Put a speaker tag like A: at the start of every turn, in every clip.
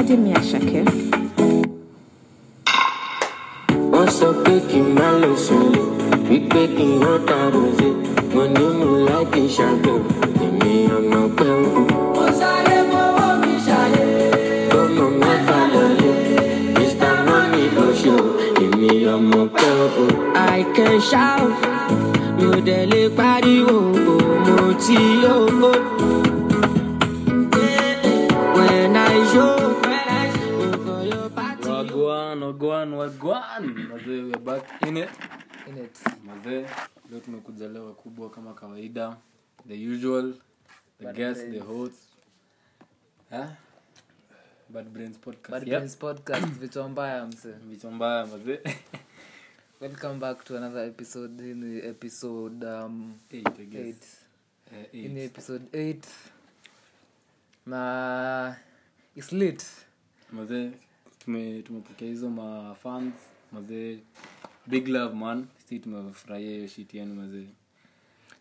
A: Shakir.
B: wọ́n sọ pé kí n má lọ sọ̀rọ̀ wípé kí n wọ́n ta rọ̀ṣẹ́ mo ní mo láti ṣàgbọ̀n èmi ọmọ pẹ́ o. ọmọ mẹ́fà lọ́lẹ̀ mr money ló ṣe o èmi ọmọ pẹ́ o. àìkẹ́ ṣá o mi ò dẹ̀ lè pariwo o mo ti yó o. when I show for your party.
C: Wagwan, wagwan, wagwan. Mazee, we are back in it.
D: In it.
C: Mazee, leo tumekuja leo wakubwa kama kawaida. The usual, the
D: Bad
C: guest, the
D: brains.
C: host. Ha? Bad Brains Podcast.
D: Bad
C: Yep.
D: Brains Podcast, vitu mbaya mse
C: Vichwa mbaya Eh, mazee.
D: welcome back to another episode hii ni episode um,
C: Eight, I guess.
D: eight.
C: Eh, eight.
D: Hii ni episode 8 na its late
C: Mazee, tume- tumepokea hizo mafans mazee big love man si tumefurahia hiyo shit yenu mazee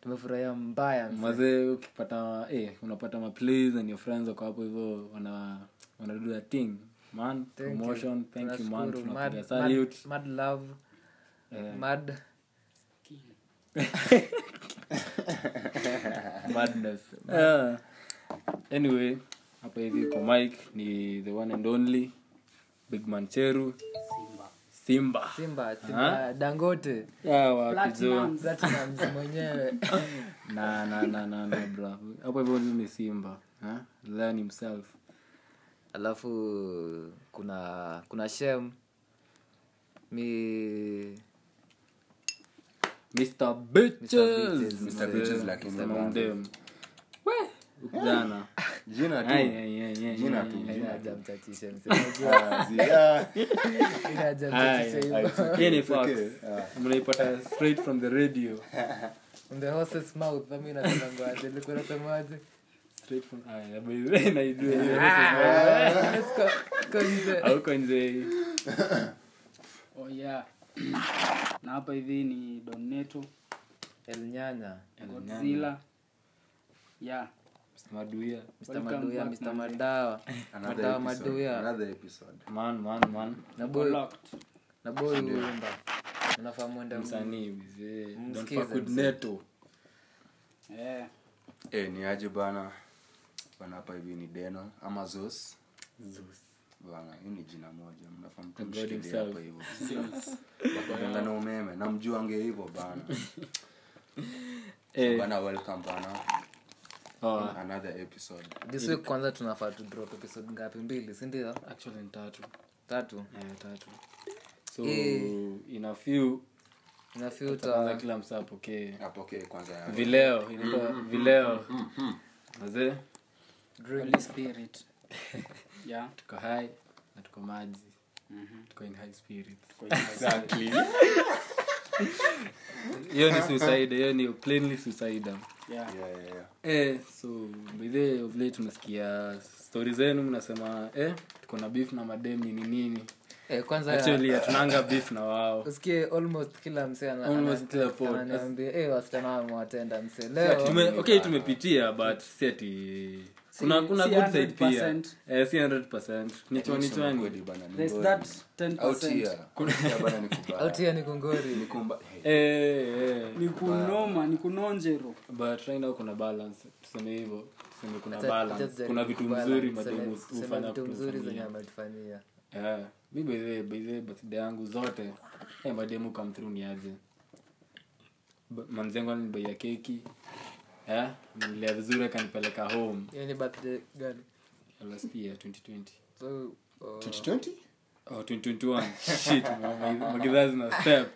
D: tumefurahia mbaya mse.
C: mazee ukipata eh, unapata maplays and your friends wako hapo hivyo wana wanadu a thing man
D: Thank you.
C: promotion thank you man
D: Tunashukuru. Mad-
C: tunapiga
D: mad-
C: salute
D: mad love
C: Eh,
D: mad
C: madness yeah. anyway hapa hivi kwa mike ni the one and only big man cheru simba simba
D: simba simba dangote
C: yeah, wapizo
D: platinums mwenyewe
C: na na na na na bra hapo hivyo ni simba ha? learn himself
D: alafu kuna kuna shem mi
C: Mr. Bitches. Mr.
D: Bitches, Mr.
C: Bitches
D: Bitches
C: lakini
D: Mr.
C: mama
D: Bitches.
C: mdemu. Ukijana.
E: jina tu
C: Ai, ai, ai, ai,
E: Jina
C: ai,
E: tu.
C: ai.
D: ajamchachishe
E: Ah, zi- ah,
C: Ai, ai.
E: it's okay,
C: Hii ni
E: it's okay.
C: facts.
E: Ah.
C: mnaipata straight from the radio Straight from- ai, ya baby, naijua hiyo.
D: Ah.
C: Eh. Hauko nje.
F: oh yeah na hapa hivi ni doneto
D: elnyanya
F: godzilla yeah
C: Maduia.
D: mr
F: Welcome
D: maduya
F: back,
D: mr
F: Manze.
D: madawa
E: Another
D: madawa
E: episode,
D: maduya
E: another episode.
C: Man, man, man.
D: Na
F: Go
D: boy-
F: locked.
D: na boy uimba unafaa mwende
C: Msanii, mzee. Don't
D: Msikize,
C: fuck with
D: mzee.
C: Neto.
F: yeah
E: Eh, ni aje bana bana hapa hivi ni deno ama zos bana hiyo ni jina moja mnafaa mtu
C: God
E: mshikilie
C: himself.
E: hapa hivyo wakapenda na umeme namjuange hivyo bana
C: Eh.
E: bana welcome bana
C: Oh,
E: another episode
D: this week kwanza tunafaa tu drop episode ngapi mbili sindio
C: actually ni tatu.
D: tatu
C: Eh, tatu. So,
D: Eh.
C: in a few, kwanza
D: inafuta
C: kila msaa apokee
E: apokee kwanza ya-
C: vileo ilikuwa vileo mazee
F: holy spirit yeah
C: tuko hai na tuko maji Mm-hmm. tuko in high spirit
E: Exactly.
C: hiyo ni suicide hiyo ni plainly suicide
F: yeah
E: Yeah, yeah, yeah.
C: eh so bidhe of late tunasikia stori zenu mnasema eh tuko na beef na madem ni nini
D: eh, kwanza
C: actually hatunanga beef na wao
D: usikie almost kila msee ana-
C: Almost
D: ana-
C: kila pod.
D: ananiambia eh, wasichana hao wamewatenda msee leo
C: Tume, okay tumepitia but si ati kuna kuna
F: si
C: good side pia
F: 100%.
C: eh si 100% ni chwani chwani
E: Kweli bana, ni
F: there's
E: ngori.
F: that
E: Out
F: 10%
E: here. Yeah, bana, ni kubaya.
D: autia ni kongori
E: Ni kumba- hey.
C: eh eh
F: ni kunoma ni kunonjero
C: but right now kuna balance tuseme hivyo tuseme kuna
D: Acha- acha
C: balance
D: tujaribu
C: kuna vitu
D: kubalance.
C: mzuri
D: Tuseme-
C: mademu
D: tuseme
C: hufanya
D: vitu mzuri zenye
C: kutufanyia.
D: ametufanyia
C: Eh, mi baithe baithe birthday yangu zote eh, mademu come through ni aje Ba- manzengo alinibaia keki eh, nilea vizuri akanipeleka home
D: hiyo ni Yaani birthday gani
C: last year 2020
D: so oh,
E: 2020?
C: oh 2021 shit magizazi na step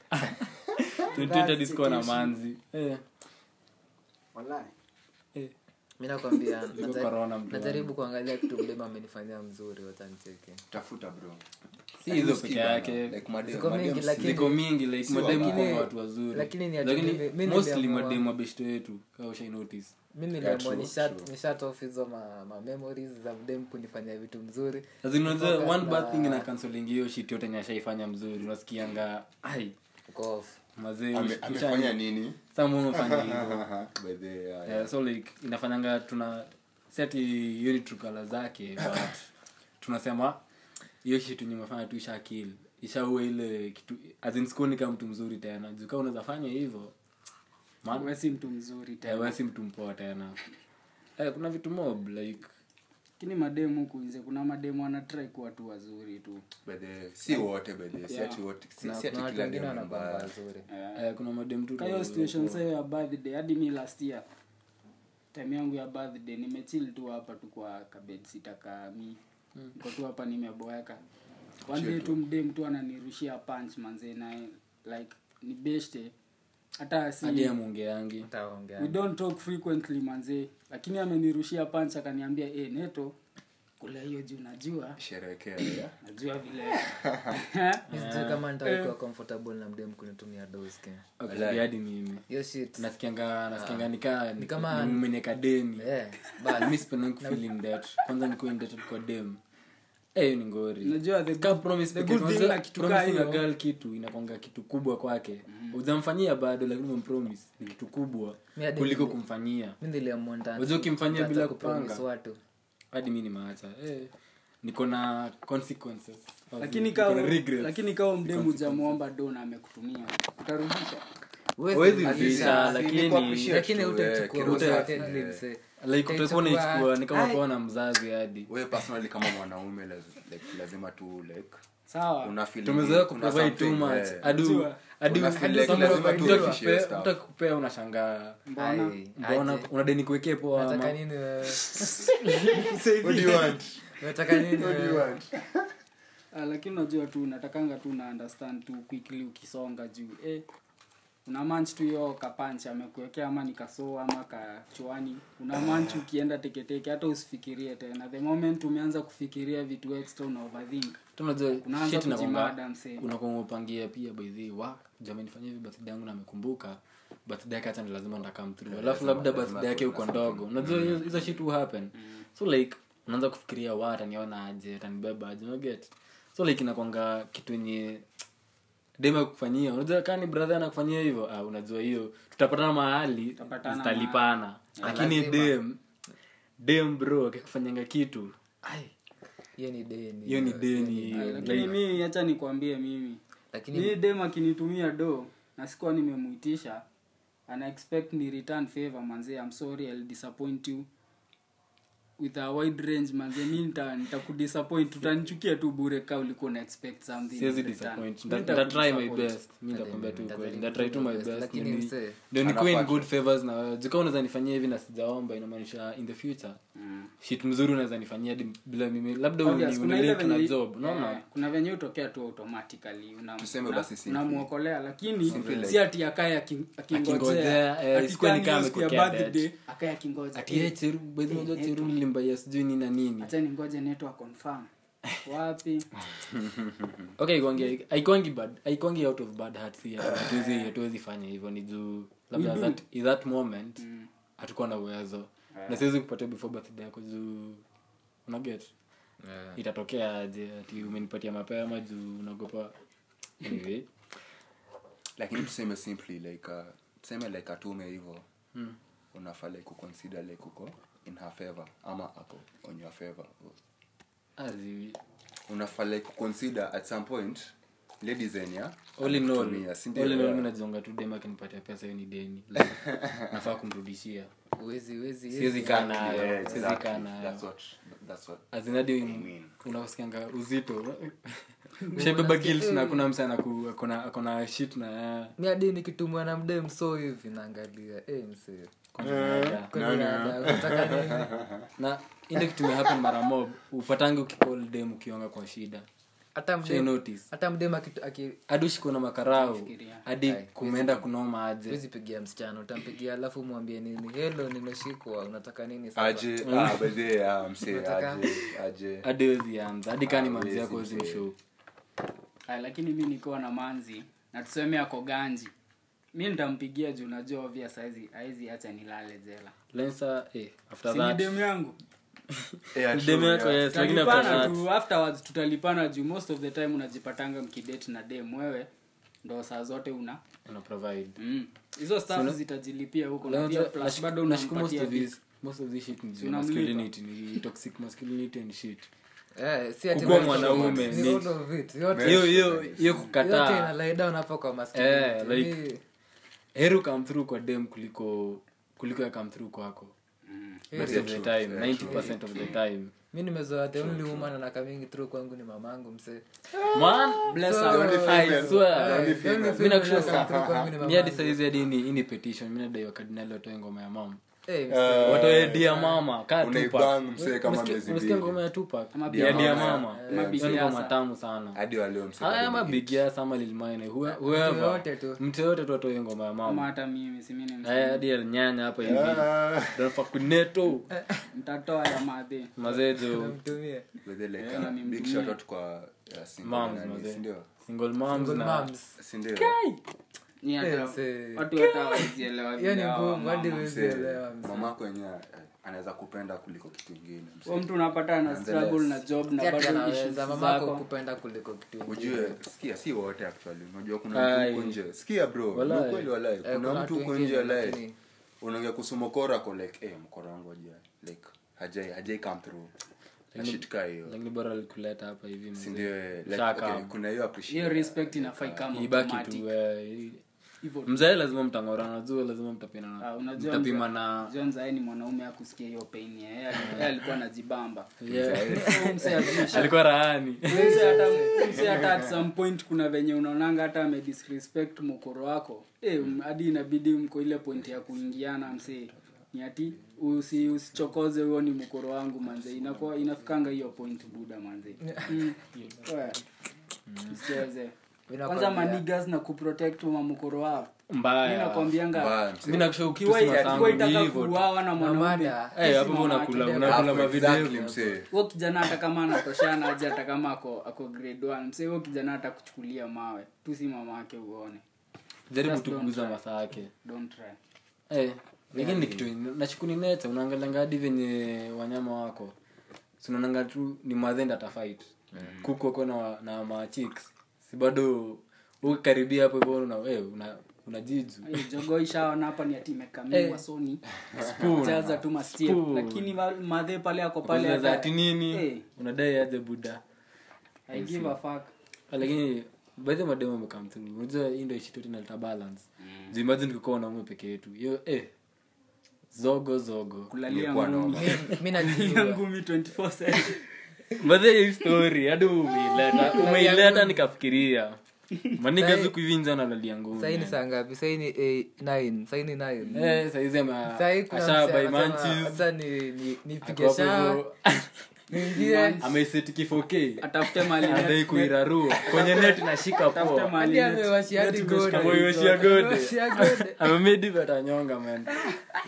C: 2020 hadi sikuwa na manzi eh,
F: wallahi
C: eh.
D: mi nakwambia
C: Ilikuwa
D: najari-
C: corona, mtu
D: najaribu kuangalia kitu mdema amenifanyia mzuri watancheke
E: tafuta bro
C: si hizo peke
E: Sikia bana,
C: yake
E: like madem-
D: Ziko mingi,
E: madem si-
D: lakini-
C: ziko mingi like
E: si
C: mademu
E: wabaya.
C: kwa watu wazuri
D: Lakini ni ajabu, mi- mi
C: lakini mostly
D: niliamua-
C: mademu mabeshto yetu kama ushai notice
D: mi
E: true,
D: niliamua nishat-
E: true.
D: nishat off hizo ma, ma memories za mdem kunifanyia vitu mzuri
C: As in, unajua,
D: Focus
C: one bad
D: na-
C: thing ina canceling hiyo shit yote yenye ashaifanya mzuri unasikianga ai
D: uko off
C: mazee
E: Ame-
C: usha-
E: amefanya nini
C: someone ufanye hivyo
E: Aha, by the way, yeah,
C: Yeah, Eh, so like inafanyanga tuna seti hiyo ni true colour zake but tunasema hiyo shitu nyumafanya tu ishakil ishaua ile kitu azin sikuoni kama mtu mzuri tena juu kaa unaweza fanya hivyo man-
F: wesi mtu mzuri
C: eh,
F: tena
C: wewe si mtu mpoa tena eh, kuna vitu mob like
F: lakini mademu kuize kuna mademu anatrai kuwa tu wazuri tu
E: By the way, si wote by the way, si ati wote- si- si ati
D: kuna watu
E: kila
D: wengine
E: demu ni
D: wanakwanga
E: mbaya.
D: wazuri
C: eh, kuna madem tu
F: kayo situation sayo ya birthday hadi mi last year time yangu ya birthday nimechill tu hapa tu kwa kabed sitakaa mi niko tu hapa nimeboeka one day tu mdem tu ananirushia punch manze naye like ni beshte hata si
C: hadi amungeangi
D: Mtaongea.
F: we don't talk frequently manze lakini amenirushia punch akaniambia e neto kula hiyo juu najua
E: Sherekea, yeah.
F: najua vile
D: Sijui kama
E: Eh.
D: nitakuwa comfortable na mdem kunitumia doski
C: okay, hadi mimi
D: hiyo shit
C: nasikianga nasikianga nikaa ni
D: kama-
C: kama nimeneka deni
D: Eh, but-
C: mi sipendangi kufeel indebted. kwanza nikuwe indebted kwa dem Eh, hiyo ni ngori
F: Najua the
C: Ka
F: good-
C: promise
F: the
C: pekee,
F: good thing
C: kwanza
F: na kitu Mm. kaa
C: promising a
F: hiyo.
C: girl kitu inakwanga kitu kubwa kwake ujamfanyia bado lakini umempromise ni kitu kubwa
D: Mi hadi-
C: kuliko kumfanyia
D: mi niliamua nita-
C: Wazee ukimfanyia
D: nitaanza
C: bila
D: kupromise
C: kupanga.
D: watu
C: hadi mi nimaacha eh, niko na consequences As in,
F: lakini
C: niko na regrets.
F: lakini kawa mdemu jamwomba dona amekutumia utarudisha
D: Huwezi-
E: Huwezi
D: Lakini-
E: rudisha, si
C: lakini-
E: ni kuappreciate
D: lakini
E: tu, eh,
D: utachukua
E: kiroho
D: utachukua-
E: safi, eh.
D: mse.
C: like utakuwa unaichukua ni kama
D: Ai.
C: kuwa na mzazi hadi
E: Wewe personally kama mwanaume laz- like, lazima tu like
F: sawa
E: una feeling-
C: Ah, tumezoea
E: kuna
C: kuprovide too
E: something,
C: much
E: eh.
C: adu
F: Unajua,
C: adu
E: una feel like
C: someone
E: lazima
C: mtu
E: tu
C: akikupea-
E: appreciate stuff.
C: mtu akikupea unashangaa
F: mbona
D: Ai,
C: mbona
D: aje.
C: unadeni kuwekea poa ama-
D: Unataka nini eh? wewe?
E: What do you want?
D: Unataka nini eh?
E: What do you
D: wewe?
E: want?
F: Ah, lakini unajua tu natakanga tu na understand tu quickly ukisonga juu eh, una manch tu hiyo kapanch amekuwekea ama ni kasoo ama kachwani una manch ukienda teketeke hata usifikirie tena the moment umeanza kufikiria vitu extra una overthink Unaanza kujimada, msee.
C: unakupangia pia baidhi wa jamani fanya hivi birthday yangu na amekumbuka birthday yake hata ni lazima ndakam through alafu labda birthday yake uko ndogo unajua hiyo- hizo shit will happen so like unaanza kufikiria wa ataniona aje atanibeba aje unaget so like inakwanga kitu yenye dem akufanyia unajua kaa ni brother anakufanyia hivyo ah, unajua hiyo tutapatana mahali
F: Tutapatana
C: zitalipana lakini dem dem bro akikufanyanga kitu ai,
D: hiyo ni deni
C: hiyo ni deni
F: Ah,
C: hiyo.
F: lakini mi hacha nikwambie mimi
D: lakini
F: hii dem akinitumia do na sikuwa nimemuitisha ana expect ni return favor manze i'm sorry i'll disappoint you with a wide range manze mi nita- nitakudisappoint utanichukia tu bure ka ulikuwa una expect something in
C: siwezi
F: return.
C: disappoint
F: Mi
C: Nda-
F: nitaku-
C: ndatry my best mi ndakwambia tu kweli ndatry tu my best
D: Lakini
C: Ndio ni-
D: msee,
C: ndio nikuwe in
E: anapata.
C: good favors na wewe jika unaweza nifanyia hivi na sijaomba inamaanisha in the future shit mzuri unaweza nifanyia hadi bila mimi labda
F: Obvious, kuna ile
C: unileke na
F: venye-
C: job
F: eh,
C: unaona
F: kuna venye utokea tu automatically una-
E: Tuseme
F: una-
E: basi simply.
F: unamwokolea lakini
E: Simply
F: si
E: like-
F: ati akaye aking-
C: Akingojea,
F: akingojea
C: eh,
F: ati
C: isikuwe ni
F: kani
C: kama
F: siku ya
C: amekukea
F: birthday
C: dead.
F: akaye akingoja
C: ati yeye cheru bedhi unajua cheru nilimbaia sijui ni na nini
F: hacha ningoje neto aconfirm wapi
C: okay haikuangi- haikuangi bad haikuangi out of bad hearts here hatuwezi hatuwezi fanya hivyo ni juu labda that, in that moment hatukuwa na uwezo na siwezi kupatia before birthday yako juu unaget
D: Yeah.
C: itatokea aje ati umenipatia mapema juu unaogopa anyway
E: lakini tuseme simply like uh, tuseme like atume hivo
C: Hmm.
E: unafaa like kuconsider like uko in her favor ama ako on your favor
C: azi
E: unafaa like kuconsider at some point ladies and yeah
C: all in all
E: amekutumia, si ndio?
C: all in all
E: Yeah.
C: mimi najiunga tu dem akinipatia pesa hiyo ni deni Like, nafaa kumrudishia
D: huwezi- huwezi-
C: siwezi kaa nayo
E: Yeah,
C: siwezi kaa
E: exactly.
C: nayo
E: That's what- that's what-
C: azinadi unasikianga uzito shabeba gils na kuna msa akona akona shit na yeye.
D: mi hadi nikitumwa na mdem so hivi naangalia eh, mse.
C: Kuna raha.
D: Kwani raha, unataka nini?
C: na ile kitu imehappen mara mob upatange ukicall dem ukionga kwa shida
D: hata
C: Shay
D: mdem
C: notice
D: hata mdem akitu- aki-
C: hadi ushikwe na makarau hadi
D: Ai,
C: kumeenda kunoma aje
D: huwezi pigia msichana utampigia alafu mwambie nini helo nimeshikwa unataka nini sasa?
E: aje ah, by the way, ah, msee,
D: Unataka-
E: aje- aje
C: hadi wezi anza hadi kaa ni manzi yako wezi mshow
F: Aya, lakini mi nikiwa na manzi na tuseme ako ganji mi nitampigia juu najua ovya saizi aezi acha nilale jela
C: lensa eh after that
F: sinidemu yangu
E: Eh,
C: Ni
E: aje-
C: dem yako yes lakini after
F: tutalipana
C: that
F: tu afterwards tutalipana juu most of the time unajipatanga mkidate na dem wewe ndo saa zote una
C: una provide
F: mm. hizo staff zitajilipia huko na pia plus bado unampatia vitu.
C: most of this shit ni
F: unamlipa.
C: masculinity ni toxic masculinity and shit
D: Eh, si ati
C: Kukuwa
D: ni-
C: mwanaume
D: ni
C: ni-
D: all of it, yote-
C: hiyo hiyo hiyo
D: yote ina
C: kukataa
D: lie down hapa kwa
C: Eh,
D: masculinity.
C: like-
D: Ni-
C: heri come through kwa dem kuliko kuliko ya come through kwako most of the time 90% of the time
D: mi nimezoa the only woman anakaming through kwangu ni mamangu msee
C: man bless her i swear Yaani,
D: Eh, the only
C: Mimi
D: female
C: nakushuka.
D: anacome through kwangu ni
C: mi hadi
D: mamangu.
C: saizi hadi ni ini petition mi nadaiwa kardinali watoe ngoma ya mama
D: Eh,
C: watoe dia mama kaa
E: unaibang msee kama Mbezi
C: tupaumesikia
E: Mbili.
C: ngoma ya tupak
F: Ama
C: ya
F: Big
C: dia
F: Yasa.
C: mama
F: Ama
C: Hizo
F: Big
C: ni
F: Yasa.
C: ngoma tamu sana
E: hadi
C: haya ama bigias ama lilmaine
D: yoyote tu.
C: mtu yoyote tu atoe ngoma ya
F: ama
C: mama
F: hata mimi simini
D: Eh.
C: Haya, hadi elnyanya hapa hivi Don Fakuneto.
F: Eh. mtatoa ya madhe
C: mazejo
D: mtumie.
E: walioshoutout ah, kwa uh, single
C: Moms,
E: nani,
C: mazee.
E: sindio?
C: single moms
D: Good
C: na
D: moms.
E: Sindio?
F: ni hata
D: Yes,
F: watu hata wazielewa
D: hiyo ni
F: vile hawa
D: ngumu hadi
F: mama.
D: huwezi
E: Msee,
D: elewa, msee.
E: mamako wenyewe eh, anaweza kupenda kuliko kitu ingine msee.
F: Huyo mtu unapata ana struggle na job na
D: Ati
F: bado
D: anaweza
F: issues
D: mamako
F: zako
D: kupenda kuliko kitu ingine.
E: ujue sikia si wote actually unajua kuna mtu
C: Ai.
E: huko nje sikia bro ni
C: Walai.
E: ukweli walai kuna
D: kuna
E: mtu
D: watu
E: huko
D: wengine,
E: nje walai
D: lakini-
E: unaongea kuhusu mokora ko like eh mokora wangu ajia like hajai hajai come through na shit kaa hiyo
C: lakini bora alikuleta hapa hivi mzee.
E: si ndio eh, like
C: Shaka.
E: okay kuna hiyo
F: hiyo
E: appreciate
F: respect inafai kama
C: ibaki
F: automatic.
C: tu eh, hii-
F: Hivyo tu.
C: mzee lazima mtangorana juu lazima mtapimana-
F: Ah, unajua
C: mtapima
F: mzee-
C: na
F: John Zae ni mwanaume akusikia hiyo pain ya yeye ali- yeye alikuwa anajibamba
C: Yeah.
F: Huyo msee ajui shida.
C: alikuwa rahani
F: Huyo msee hata- huyo msee hata at some point kuna venye unaonanga hata amedisrespect mokoro wako Eh, m- hadi inabidi mko ile point ya kuingiana msee ni ati usi, usichokoze huo ni mkoro wangu manze inakuwa inafikanga hiyo point buda manze Mm. Wewe, usicheze kwanza
D: Ninakwambia.
F: manigas na kuprotect mamkoro wao mi
C: mbaya
F: nakwambianga
E: mbaya msee.
C: mi
F: ukiwa ukiwa itaka
C: nakushaukismasanguhivo
F: kuuawa na mwanaume
D: mada.
F: si
C: Eh, hapo hivyo
F: mama
C: unakula
F: yake.
C: unakula
E: Hapo exactly,
C: mavideo
E: msee
F: huo kijana hata kama anatoshana aje hata kama ako ako grade one msee huo kijana atakuchukulia mawe tu si mama yake uone
C: jaribu tukuguza masaa yake
F: don't try
C: Eh, lakini ni kitu nashukuni neta unaangalianga hadi venye wanyama wako sinaonanga tu ni madhenda tafight kuku ako na, na machicks si bado ukikaribia hapo hivyo una, eh, una, una jiju
F: Hiyo jogoo ishaona hapa ni ati
D: Eh.
F: imekamiwa soni
C: Spoon.
F: jaza tu mastia
C: Spoon.
F: lakini ma- madhe pale ako pale
C: Pale za
F: hata-
C: ati nini
F: Eh.
C: unadai aje buda
F: I give a fuck
C: Ah, lakini baadhi mademo amekam through unajua hii ndio shitoti naleta balance mm. imagine kukoa wanaume peke yetu hiyo eh zogo zogo
F: kulalia
E: Ingekuwa
F: ngumi
E: noma.
D: Mi
F: Kulalia
D: najiua.
F: ngumi 24
C: madhe hii story hadi
D: Ah.
C: umeileta umeileta nikafikiria
D: Sai-
C: manikazukuivinza nalalia
D: Sahi ni
C: ngumi
D: saa ngapi? Sahi ni, eh, nine. Sahi ni nine.
C: Eh, saizi ama-
D: Sahi kuna
C: asha
D: msee
C: by
D: anasema,
C: manches,
D: "Acha ni- ni- nipige
C: ako hapo
D: shaa,
C: hivyo,
D: niingie."
C: ameiseti kifokei,
F: atafute mali
C: anadai kuirarua kwenye net nashika
F: atafute
C: poa
F: mali
D: Hadi amewashia hadi goli.
C: Kama iweshia gode.
D: Amewashia gode.
C: Amemedi but atanyonga, man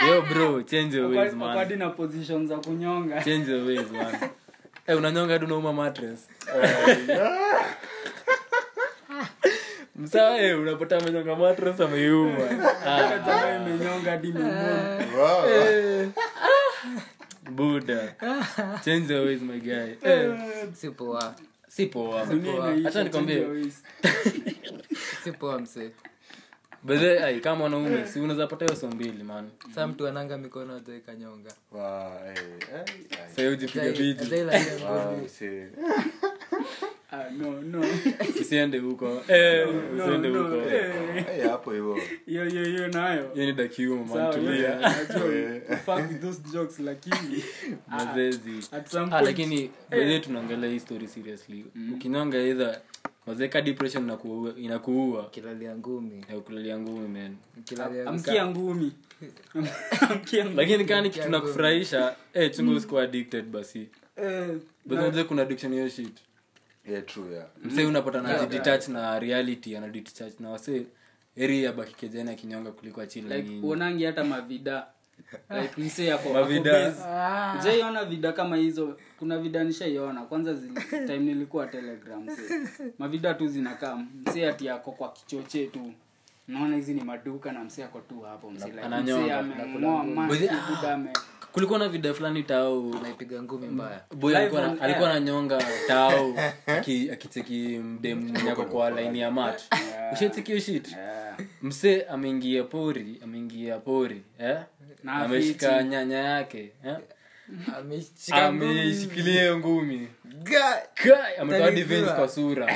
C: yo bro change your ways
F: Wako
C: man
F: hadi na position za kunyonga
C: change your ways man Eh, unanyonga hadi unauma mattress msaa eh, unapata amenyonga mattress ameiuma Ah,
F: Jamaa imenyonga hadi miguuni.
E: Wow.
C: buda change your ways my guy Eh,
D: Si poa.
C: si poa
F: Inaisha
C: Acha nikwambie.
F: chini ya waist.
D: Si poa, msee.
C: Baze, ai, kama wanaume si unaweza pata hiyo so mbili man
D: Saa mtu ananga mikono ataikanyonga
E: Wow, eh, eh, eh.
C: sahi ujipiga biji
E: Wow, msee.
F: Ah, no, no.
C: usiende huko Eh,
F: No,
C: usiende
F: no.
C: huko
F: Eh,
E: Eh, hapo hivyo
F: hiyo hiyo hiyo nayo
C: hiyo ni dakiuma man
F: Sawa, hiyo
C: tulia
F: najua you fuck with those jokes, lakini
C: mazezi
F: at some
C: ah,
F: point-
C: lakini baze tunaongelea hii story seriously ukinyonga either wazeka depression inakuua- inakuua
D: kilalia ngumi
C: na ukulalia ngumi man
D: kilalia
F: amkia ngumi Amkia ngumi.
C: lakini kaa ni kitu nakufurahisha eh, chunga usikuwa addicted basi
F: Eh,
C: Baze, unajua kuna addiction hiyo shit
E: yeah true yeah
C: msee unapata najidetach na reality anadetach na wasee heri abakikejani akinyonga kuliko achili
F: like,
C: nyinyi
F: uonangi hata mavida like msee ako- ako
C: Mavida.
F: busy. Jaiona vida kama hizo kuna vida nishaiona kwanza zili, time nilikuwa telegram msee. mavida tu zinakaa msee ati ako kwa kichoche tu naona hizi ni maduka na msee ako tu hapo msee like,
C: Ananyonga,
F: msee ameng'oa maji, buda ame-
C: kulikuwa na video fulani tao
D: naipiga ngumi mbaya
C: boy alikuwa na-
F: on
C: alikuwa ananyonga tao aki- akicheki mdemu mwenye ako kwa laini ya mat ushatikio shit msee ameingia pori ameingia pori eh?
F: Na
C: ameshika nyanya yake eh?
D: ameshika
C: ameshikilie ngumi
D: Ga-
C: Kai, ametoa
D: Utanijua.
C: defense kwa sura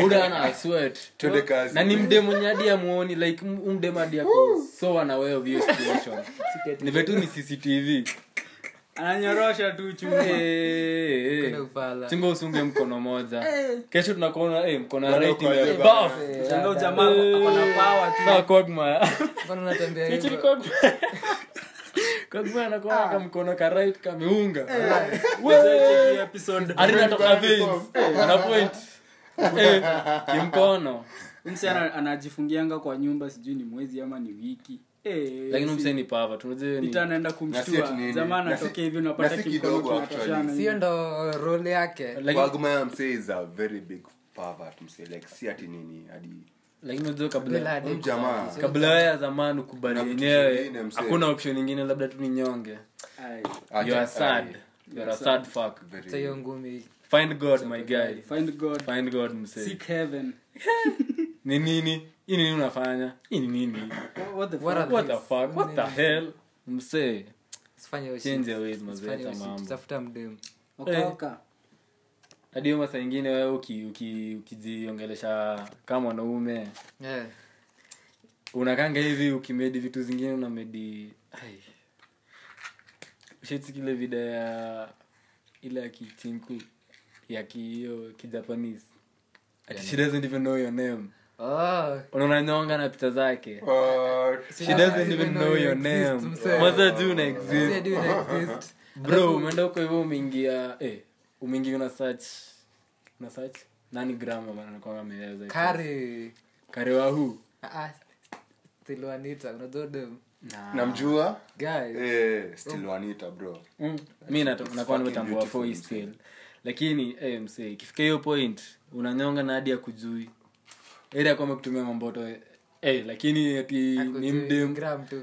C: buda ana sweat
E: Twende kazi.
C: na ni mdemu mwenye hadi amuoni like m- mdemu hadi akusoa na wewe of your situation ni vetu ni cctv
F: ananyorosha tu chuma
C: Eh, eh.
D: ufala.
C: chunga usunge mkono moja kesho tunakuona eh, mkono right
E: kwa
C: ime-
E: jeba.
C: Bam!
D: Eh,
F: Ndio
D: dada.
F: jamaa ako na power tu
C: Eh,
F: Eh,
C: Sawa, Quagmire.
D: Mbona unatembea hivyo?
C: Actually, Quagmire- Quagmire anakuwa ka mkono ka right kameunga
F: Mzee, hii episode
C: arinatoka veins ana point Eh, kimkono
F: msichana anajifungianga kwa nyumba sijui ni mwezi ama ni wiki Eh,
C: lakini
F: si-
C: mseni pava tunajua ni
F: itaanaenda
E: Na si ati
F: kumshtua
E: nini?
F: jamaa
E: Na si-
F: anatokea hivi
E: na
F: unapata
E: si
F: kikono
E: kidogo
F: tunatoshana
E: actually.
F: hivi.
D: Hiyo ndo role yake
C: Lakini-
E: Wagmaya msee is a very big pervert msee like si ati nini hadi
C: lakini unajua
D: Bila
C: kabla
D: hadi
E: jamaa.
D: kuwa-
C: kabla wewe ya zamani ukubali
E: Na kitu
C: yenyewe
E: kingine, msee.
C: hakuna option nyingine labda tu ni nyonge
F: Ai,
C: you are
E: Aje-
C: sad
E: aje.
C: you are a sad fuck
E: Very-
D: Sasa hiyo ngumi
C: find god my guy
F: find God,
C: find god msee
F: seek heaven.
C: ni nini hii ni nini unafanya hii ni nini
F: What- what the
D: What
F: fuck?
D: are
C: what the
D: these?
C: fuck what the hell msee
D: Usifanye hiyo
C: Change
D: shit.
C: your ways, mazee,
D: Usifanye hiyo
C: hata
D: shit.
C: mambo.
D: Tafuta mdemu.
F: Oka, oka.
C: hadi hiyo masaa ingine wewe uki- uki- ukijiongelesha kama mwanaume
D: Eh,
C: unakanga hivi ukimedi vitu zingine unamedi ai. Usheti kile video ya ile ya kichinku ya kiyo kijapanese ati she doesn't even know your name
D: oh,
C: unaona nyonga na picha zake
E: Oh,
C: she
D: Ah,
C: doesn't even know your name
D: msee.
C: maza juu una
D: mzee
C: exist
D: do not exist.
C: bro umeenda huko hivyo umeingia eh, umeingia una search una search nani grama anakwanga ameweza
D: Kari.
C: karewahu
D: Ah, ah, still Juanita, unajua dem.
E: namjua
C: Ah.
D: Guys,
E: Eh, still wanita bro
D: Mm.
C: mi nato-
E: It's
C: nakuwa
E: fucking
C: nimetambua
E: beautiful,
C: foil
E: msee.
C: scale. lakini eh, msee ikifika hiyo point unanyonga na hadi akujui eri akuwa amekutumia mamboto eh, eh, lakini ati ni
D: akujui,
C: mdem
D: gram tu.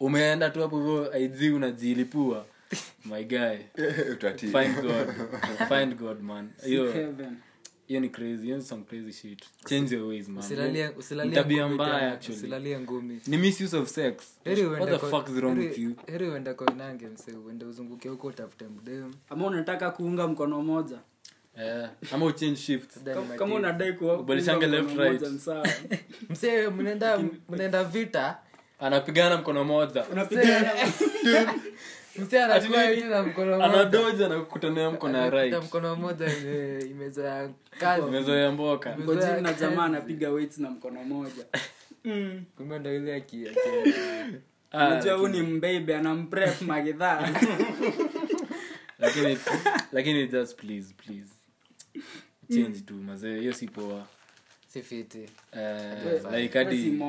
C: umeenda tu hapo hivyo ig unajilipua my guy
E: Utati.
C: find god find god man
F: Seek
C: hiyo
F: heaven.
C: hiyo ni crazy hiyo ni some crazy shit change your ways man
D: Usilalie- usilalie
C: Ni tabia
D: ngumi
C: mbaya,
D: tena,
C: actually.
D: usilalie ngumi
C: ni misuse of sex
D: Heri
C: what
D: uende
C: the
D: kwa-
C: fuck is wrong
D: heri-
C: with you
D: heri uende kwa inange msee uende uzunguke huko utafute mdemu
F: ama unataka kuunga mkono moja
C: eh, ama uchange shift
D: Sasa ni
F: Kama- kama
D: mademu.
F: unadai kuwa-
C: Ubadilishane
F: kuunga
C: left,
F: mkono
C: right.
F: moja, ni sawa.
D: msee mnaenda mnaenda vita
C: anapigana mkono moja
F: Unapigana.
D: msee anakuwa
C: Ati-
D: hivi na mkono mmoja.
C: anadoja na kukutanea mkono ya
D: Anakuta
C: right
D: mkono mmoja ime- imezaa kazi
C: umezoea mboka
F: Ngojini na jamaa anapiga weights na mkono moja
D: umeenda ile aki
C: Ah,
F: unajua huu ni mbebe anamprep magidhaa
C: lakini lakini just please please change tu mazee hiyo si poa
D: sifiti
C: Eh, like hadi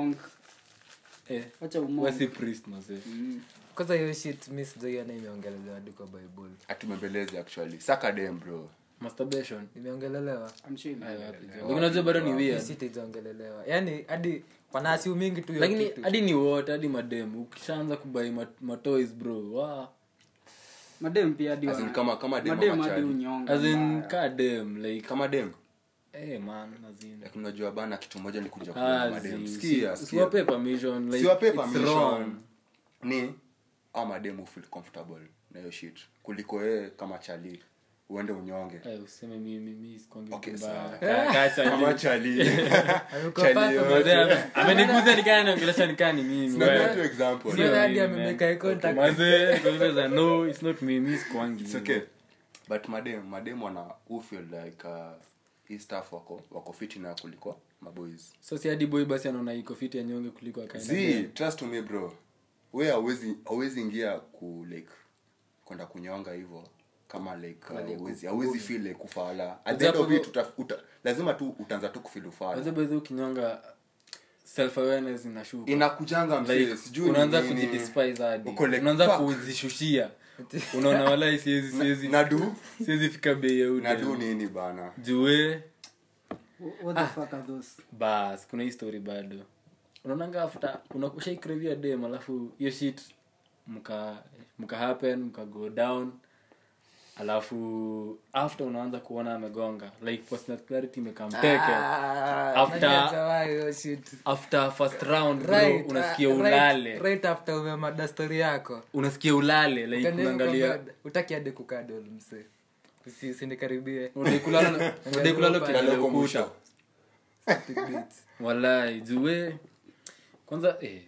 C: eh,
F: wacha
C: we
F: umonk
C: si priest mazee
E: Mm.
D: kwanza hiyo shit mi sijaiona imeongelelewa hadi kwa bible
E: atumbembeleze actually sakadem bro
C: masturbation
D: imeongelelewa
F: I'm sure you-
C: Hayo wapi jo. Lakini unajua bado ni
D: Hii
C: weird
D: shit haijaongelelewa yaani hadi wanaasiumingi tu hiyo
C: lakini
D: kitu.
C: hadi ni wote hadi mademu ukishaanza kubai mat- matoys bro wa
F: madem pia hadi
E: As in
F: wana-
E: kama- kama dem
F: madem
E: ama
F: hadi
E: child.
F: unyonga
C: as in
F: mbaya.
C: ka dem like
E: kama dem
C: eh man as in
E: lakini unajua bana kitu moja ni kuja kuona madem sikia sikia
C: Ah, usiwape permission like
E: siwape
C: it's wrong
E: permission ni au mademu feel comfortable na hiyo shit kuliko yeye kama chali uende unyonge
C: Eh, useme mimi mi sikwangi
E: Okay,
C: mbaya.
E: sawa.
C: Ka- kacha juu.
E: kama chali
D: Hayuko
E: chali
D: personal.
E: yoyote.
C: Mzee, ameniguza nikaa naongelesha nikaa ni mimi
E: Tunapea
C: wewe.
E: tu example.
D: Sio
C: Sio
D: hadi
C: mimi,
D: amemake
C: man.
D: eye contact.
C: Mazee, kwa hivyo za, no, it's not me, mi sikwangi.
E: It's okay. but madem madem wana ufeel like uh, hii staff wako wako fiti na kuliko maboys
C: So si hadi boy basi anaona iko fit ya nyonge kuliko akaenda
E: z trust me bro we hawezi hawezi ingia ku like kwenda kunyonga hivyo kama like uh, hawezi- hawezi feel like ufala at the end of it uta, uta, lazima tu utaanza tu kufeel
C: Mazee,
E: ufala
C: by the way, ukinyonga self awareness inashuka
E: inakujanga mzee
C: Like,
E: sijui ni
C: unaanza
E: nini.
C: kujidispise hadi
E: Uko like,
C: unaanza
E: fuck.
C: kujishushia unaona walai siwezi siwezi
E: nadu
C: siwezi fika bei ya
E: nadu
C: ude
E: nini bana
C: juwe
F: What
C: Ah.
F: the fuck are those?
C: bas kuna hii story bado unaonanga after unakushaikrevia dem alafu hiyo shit mka mka happen mka go down alafu after unaanza kuona amegonga like personal clarity
D: Ah.
C: imekampeke after after first round bro, unasikia ulale
D: uh, after umemada stori yako
C: unasikia ulale like unaangalia
D: utakiade kukadol mse sinikaribie
C: udaikulalokilaleokusha walai juwe kwanza eh,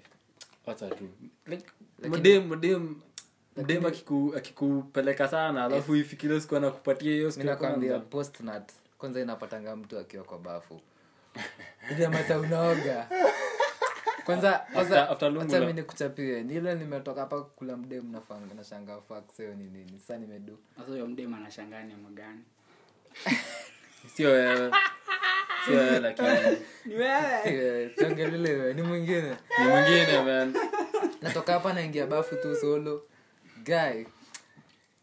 C: wacha tu like, madem madem mdem akiku- akikupeleka sana alafu ifikile siku anakupatia hiyo siku
D: mi
C: ya
D: nakwambia
C: kwanza.
D: postnut kwanza inapatanga mtu akiwa kwa bafu jamasa unaoga kwanza
C: After- after lungu la-
D: hata mi nikuchapie nile nimetoka hapa kula mdemu nafanga nashangaa fakseo ni nini sa nimedu
F: sasa huyo mdema anashangani magani
C: sio wewe sio wewe lakini
D: siongelilewe Eh, ni mwingine
C: ni mwingine man
D: natoka hapa naingia bafu tu solo guy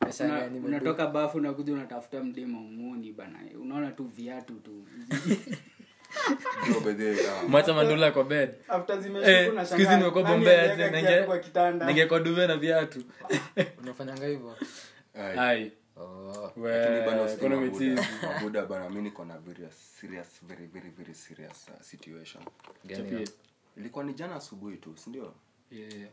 D: nashangaa
F: Una-
D: nimedu.
F: unatoka bafu nakuja unatafuta mdema umuoni bana unaona tu viatu tu
E: Bro, by the way, ah,
C: mwacha mandula kwa bed Eh, siku hizi nimekuwa bombea aje ninge- ningekuwa duve na viatu
D: unafanyanga hivyo
E: ah,
C: ai
D: oh.
E: Lakini bado
C: we
E: sijui
C: Eh, kuna
E: Mabuda.
C: michizi
E: Mabuda bana mi niko na very serious very very very serious uh, situation
C: Chapie.
E: ilikuwa ni jana asubuhi tu sindio
C: Yeah.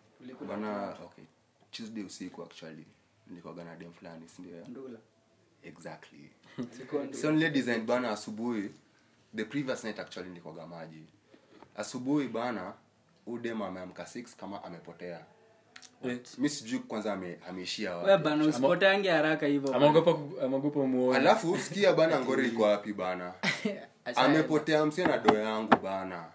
E: bana okay tuesday usiku actually nilikuwaga na dem fulani sindio ya exactly so nile design bana asubuhi the previous night actually nilikuwaga maji asubuhi bana udem ameamka 6 kama amepotea
C: Eh,
E: mi sijui kwanza ame- ameishia wapi.
F: we bana usipotange haraka hivyo bana.
C: ameogopa ku- ameogopa muone
E: alafu sikia bana ngori iko wapi bana amepotea msia na doo yangu bana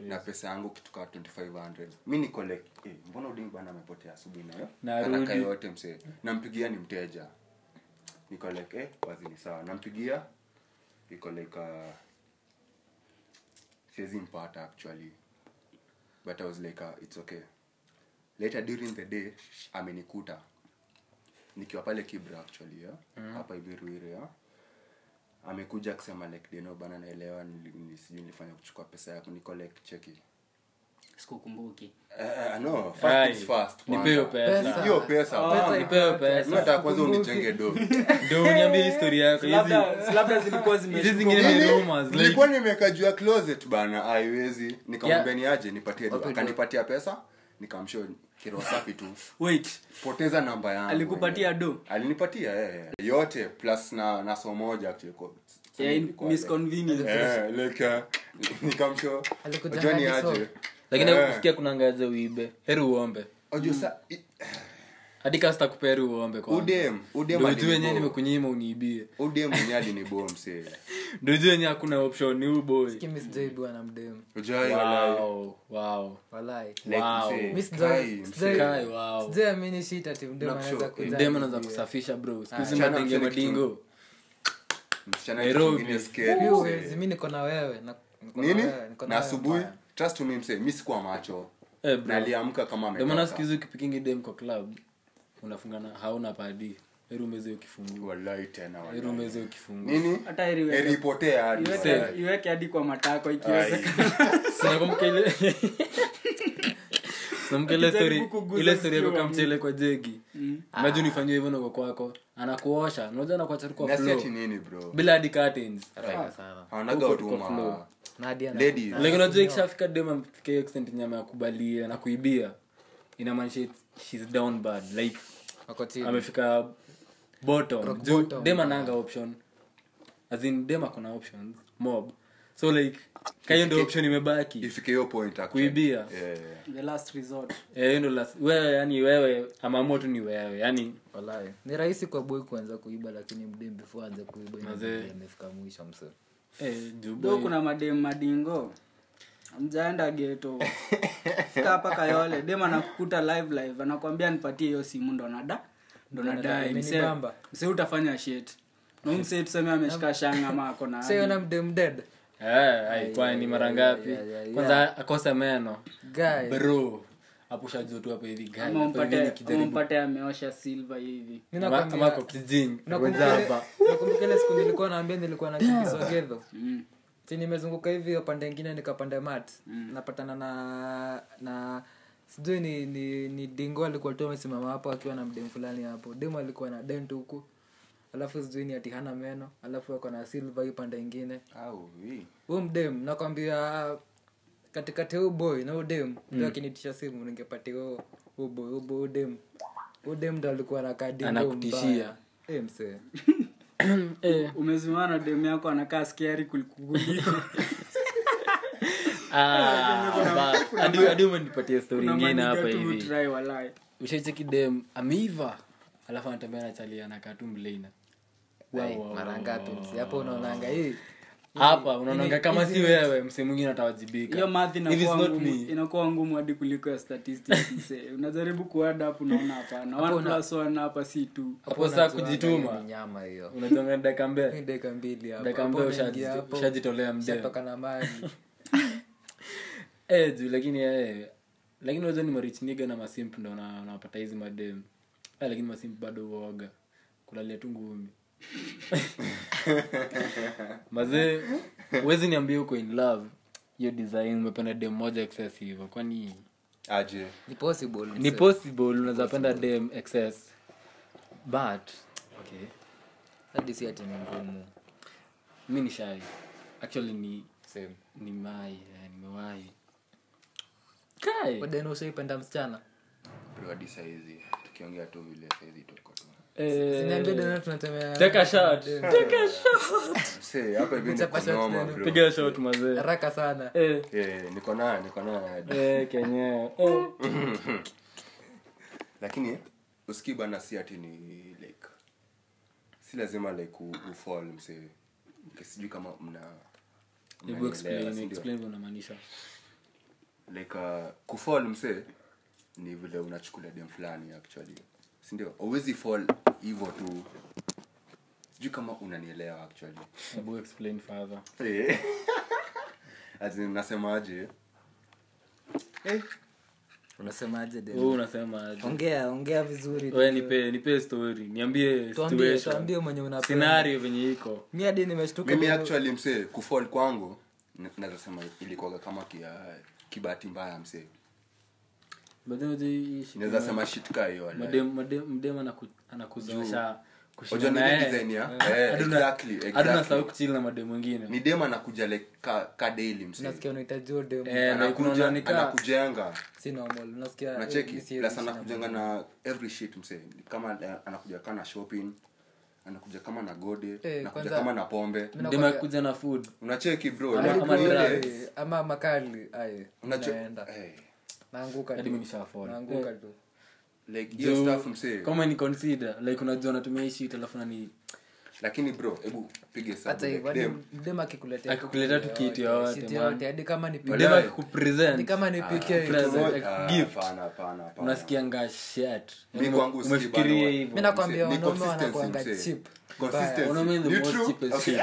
E: na pesa yangu kitu kaa 2500 mi niko like eh, mbona udingi bana amepotea asubuhi nayo
C: Narudi.
E: haraka yote msee nampigia ni mteja niko like eh, wazi ni sawa nampigia iko like uh, siwezi mpata actually but i was like uh, it's okay later during the day amenikuta nikiwa pale kibra actually yeah? hapa ibiruire yeah? amekuja akisema like deno bana naelewa nili- nili- sijui nilifanya kuchukua pesa yako niko like cheki
F: sikukumbuki
E: Eh, eh, no, first
C: Ai,
E: things first,
C: nipe
E: kwanza.
C: hiyo pesa.
E: Sio pesa bana.
C: Nipewe
E: Mi
C: pesa
E: nataka kwanza unijenge do
C: ndo eh. uniambie historia yako hizi
F: labda labda zilikuwa
C: hizi
F: zime
C: zingine ni
E: Nini?
C: rumors like
E: nilikuwa nimeweka juu ya closet bana haiwezi nikamwambia ni aje nipatie do
D: Wape do.
E: akanipatia pesa nikamsho kiroho safi tu
F: wait
E: poteza namba yangu
F: Alikupatia
E: mwenyewe.
F: do?
E: alinipatia eh, eh. yote plus na na so moja tu iko-
F: Yeah, in-
E: ilikuwa-
F: misconvenience
E: Eh, like, eh, nikamsho
D: Alikuja
E: "Unajua ni
D: hadi
E: aje
D: so.
C: lakini
E: Eh.
C: kusikia kuna ngazi uibe heri uombe
E: Unajua sa- i-
C: hadi kasta kupea heri uombe kwanza.
E: udem udem
C: Ndio ujue
E: alinibo-
C: yenyewe nimekunyima uniibie
E: udem mwenyewe aliniboo msee
C: ndo ujue yenyewe hakuna option ni huyu boy
D: kimi
C: Mm.
D: sijaibiwa na mdemu
E: Ujai walai.
C: wow wow
D: walai
E: Like,
C: Wow.
E: msee,
D: Mi sijai-
E: kai, msee.
D: sijai-
C: Kai, wow. eh,
D: sijaiamini shit ati mdemu
E: Nakusho-
D: anaweza kuja
C: mdemu anaanza
D: hivi.
C: kusafisha bro sikuzi
E: Chana
C: madenge
E: mchele
C: madingo
E: Msichana
C: Nairobi.
E: kingine scary,
D: Hiyo
E: msee.
D: huwezi, mi niko na wewe na- niko na
E: nini
D: wewe, niko na
E: na
D: wewe
E: asubuhi
D: mbaya.
E: trust me msee mi sikuwa macho
C: Eh, bro.
E: Na aliamka kama
C: ndio maana siku
E: ametoka.
C: hizi ukipikingi dem kwa club unafungana hauna padi heri umeze ukifungua
E: Walai tena walai.
C: heri umeze ukifungua
E: nini
F: Hata heri iwe-
E: eripotea hadi
F: iweke iweke hadi kwa matako
E: Ai.
F: ikiwezekana
C: sinakumbuka ile sinakumbuka ile story
F: Ukijaribu kuguza
C: ile story yako
F: sikio la
C: kama mchele kwa jegi
E: Mm.
C: maji unifanyia hivyo nago kwako anakuosha unajua anakuacha tu kwa
E: Ah. Na Yaani
C: flow
E: si ati nini bro
C: bila hadi curtains
E: hawanaga
C: Huko tuko
E: utuma
C: flow.
D: Na hadi ana-
E: ladies
C: like unajua ikishafika dema mfikia hiyo extent nyama akubalie na kuibia inamaanisha it's- she's down bad like
D: wako chini.
C: amefika bottom
D: Rock
C: juu
D: bottom.
C: dema nanga option as in dema kuna options mob so like kahiyo ndio option imebaki
E: ifike hiyo point actually.
C: kuibia
E: Yeah, yeah.
F: the last resort
C: Eh, hiyo ndo last- wewe yani wewe amamua tu ni wewe yani
D: Walai. ni rahisi kwa boy kuanza kuiba lakini mdemu before aanze kuiba ina-
C: Mazee.
D: amefika mwisho mse
C: eh, juu
F: do
C: boy-
F: kuna madem madingo mjaenda geto fika hapa kayole dem anakukuta live live anakwambia nipatie hiyo simu ndo nada ndo nadai mse
D: Imenibamba.
F: mse utafanya shit na huyu mse tuseme ameshika shanga ama ako na
D: Sasa yona mdemu dead
C: Eh, ai, kwani mara ngapi
D: yeah, yeah, yeah.
C: kwanza akose meno
D: guy
C: Eh. bro apushajua tu hapa hivi guy,
F: ama
C: hapa hivi
F: umpate ama
C: nikijaribu
F: umpate ameosha silva hivi
D: mi
C: Ama-
D: nakwambia-
C: ama kwa kijini
D: nakumbuka ile-
C: wenzapa
D: nakumbuka ile siku nilikuwa naambia nilikuwa na kisogedho
F: Mm.
D: si nimezunguka hivi hiyo pande ingine nikapande mat napatana na na sijui ni, ni, ni dingo alikuwa tu amesimama hapo akiwa na mdemu fulani hapo demu alikuwa na dent huku alafu sijui ni ati hana meno alafu ako na silva hii pande ingine
E: au hii
D: huu mdem nakwambia katikati huu boy na udem ndo akinitisha simu ningepatia huo huo boy huo boy udem udem ndo alikuwa na kadi ndo
C: Anakutishia.
D: mbaya. Eh, msee
F: umezimana demu yako anakaa skiari kulikuguliko
C: Ah, hadi umenipatia stori ingine hapa hivi
F: try walai
C: ushaicheki dem ameiva alafu anatembea na chali anakaa tu mleina
D: Ai, mara ngapi msee hapo unaonanga hii
C: hapa unaonanga kama si wewe msee mwingine atawajibika
F: hiyo math
C: If it's
F: inakuwa
C: not
F: ngumu-
C: me.
F: inakuwa ngumu hadi kuliko ya statistics mse. unajaribu kuada hapo unaona hapana one plus one hapa si tu
C: hapo saa
D: Ni
C: kujituma
D: nyama hiyo
C: unajongana dakika
D: Ni
C: mbele
D: dakika mbili hapo.
C: dakika
D: Hapo
C: mbele
D: unaingia
C: ushaji-
D: hapo,
C: ushajitolea mdem
D: ushatoka na maji
C: Eh, juu lakini eh, lakini wazo ni marichiniga na masimp ndo na- napata hizi madem eh, lakini masimp bado uoga kulalia tu ngumi mazee huwezi niambia uko in love hiyo design umependa dem moja excess hivyo kwani
E: aje
D: Ni possible,
C: ni
D: msee.
C: possible unaweza penda dem excess but okay
D: Hadi si ati ni ngumu
C: mi ni shy actually ni
D: Same.
C: ni mai eh, nimewahi kai
D: Wadeni ushaipenda msichana
E: Bro, hadi saizi tukiongea tu vile saizi tuko tu
C: eh,
D: Siniambie deni tunatemea-
C: take a shot take a
E: Msee, hapa hivi niko
D: Mchapa shot
E: noma,
D: lenu.
E: bro.
C: piga shot mazee
D: haraka sana
C: eh,
E: Eh, niko nayo niko nayo
C: eh, kenyewe eh.
E: lakini usikii bana si ati ni like si lazima like u, ufall msee Okay, sijui kama mna
C: hebu
E: mnanielewa, si
C: explain
E: ndio?
C: explain vile unamaanisha
E: like uh, kufall msee ni vile unachukulia dem fulani actually sindio auwezi fall hivo tu sijui kama unanielewa actually
C: hebu explain further
E: Eh. As in, nasemaje
D: unasemaje
C: wewe
D: deni
C: unasema aje?
D: ongea ongea vizuri
C: wewe nipe nipe story niambie
D: tuambie
C: situation
D: tuambie mwenye unapenda
C: scenario venye iko
D: mi hadi nimeshtuka
E: mimi
D: leo.
E: actually msee kufall kwangu n- naweza sema ilikuwaga kama kia kibahati mbaya msee naweza sema shit kaa hiyo walahi.
C: mdema anakuzosha
E: Unajua ni nini design ya? Eh, exactly, exactly.
C: aduna sau kuchili na madem wengine
E: ni dem anakuja like ka, ka daily msee
D: unasikia Eh, unahitaji huo demu.
C: Eh, na kuna
E: anakuja
C: nani ka-
E: anakujenga
D: Si normal. unasikia
E: nacheki
D: eh, si-
E: plus
D: si
E: anakujanga
D: normal.
E: na every shit msee kama eh, anakuja kaa na shopping anakuja kama na gode
D: Eh,
E: anakuja
D: kwanza-
E: kama na pombe
C: mdema akuja na food
E: unacheki bro
C: Ama-
E: like,
C: ama
E: wewe,
C: drugs.
E: eh,
D: Eh, ama makali aye
E: unache-
D: naenda
E: eh,
D: naanguka
C: Hadi
D: tu
C: mimi nishaaford.
D: naanguka tu
E: like hiyo stuff msee
C: kama ni consider like unajua natumia hii shit alafu nani
E: lakini bro hebu pige hesabu,
D: hata
E: like,
D: hivyo hadi
E: dem,
D: mdema akikuletea
C: Akikuletea tu kitu yoyote,
D: shit
C: man.
D: yoyote hadi kama ni pike-
C: mdema
E: Walai.
D: ni
C: akupresent
D: kama ni pike
C: present.
E: mtu mmoja-
C: like,
E: ah,
C: gift.
E: hapana, hapana, hapana.
C: unasikianga shat
E: Mi kwangu si
C: umefikiria
E: bana,
D: mi
C: hivyo
D: nakwambia
E: Msee, ni
D: wanaume
E: consistency,
D: wanakuanga
E: msee.
D: chip
E: Consistency.
C: Wanaume the
E: You
C: most
E: true?
C: cheapest
E: Okay.
C: shit.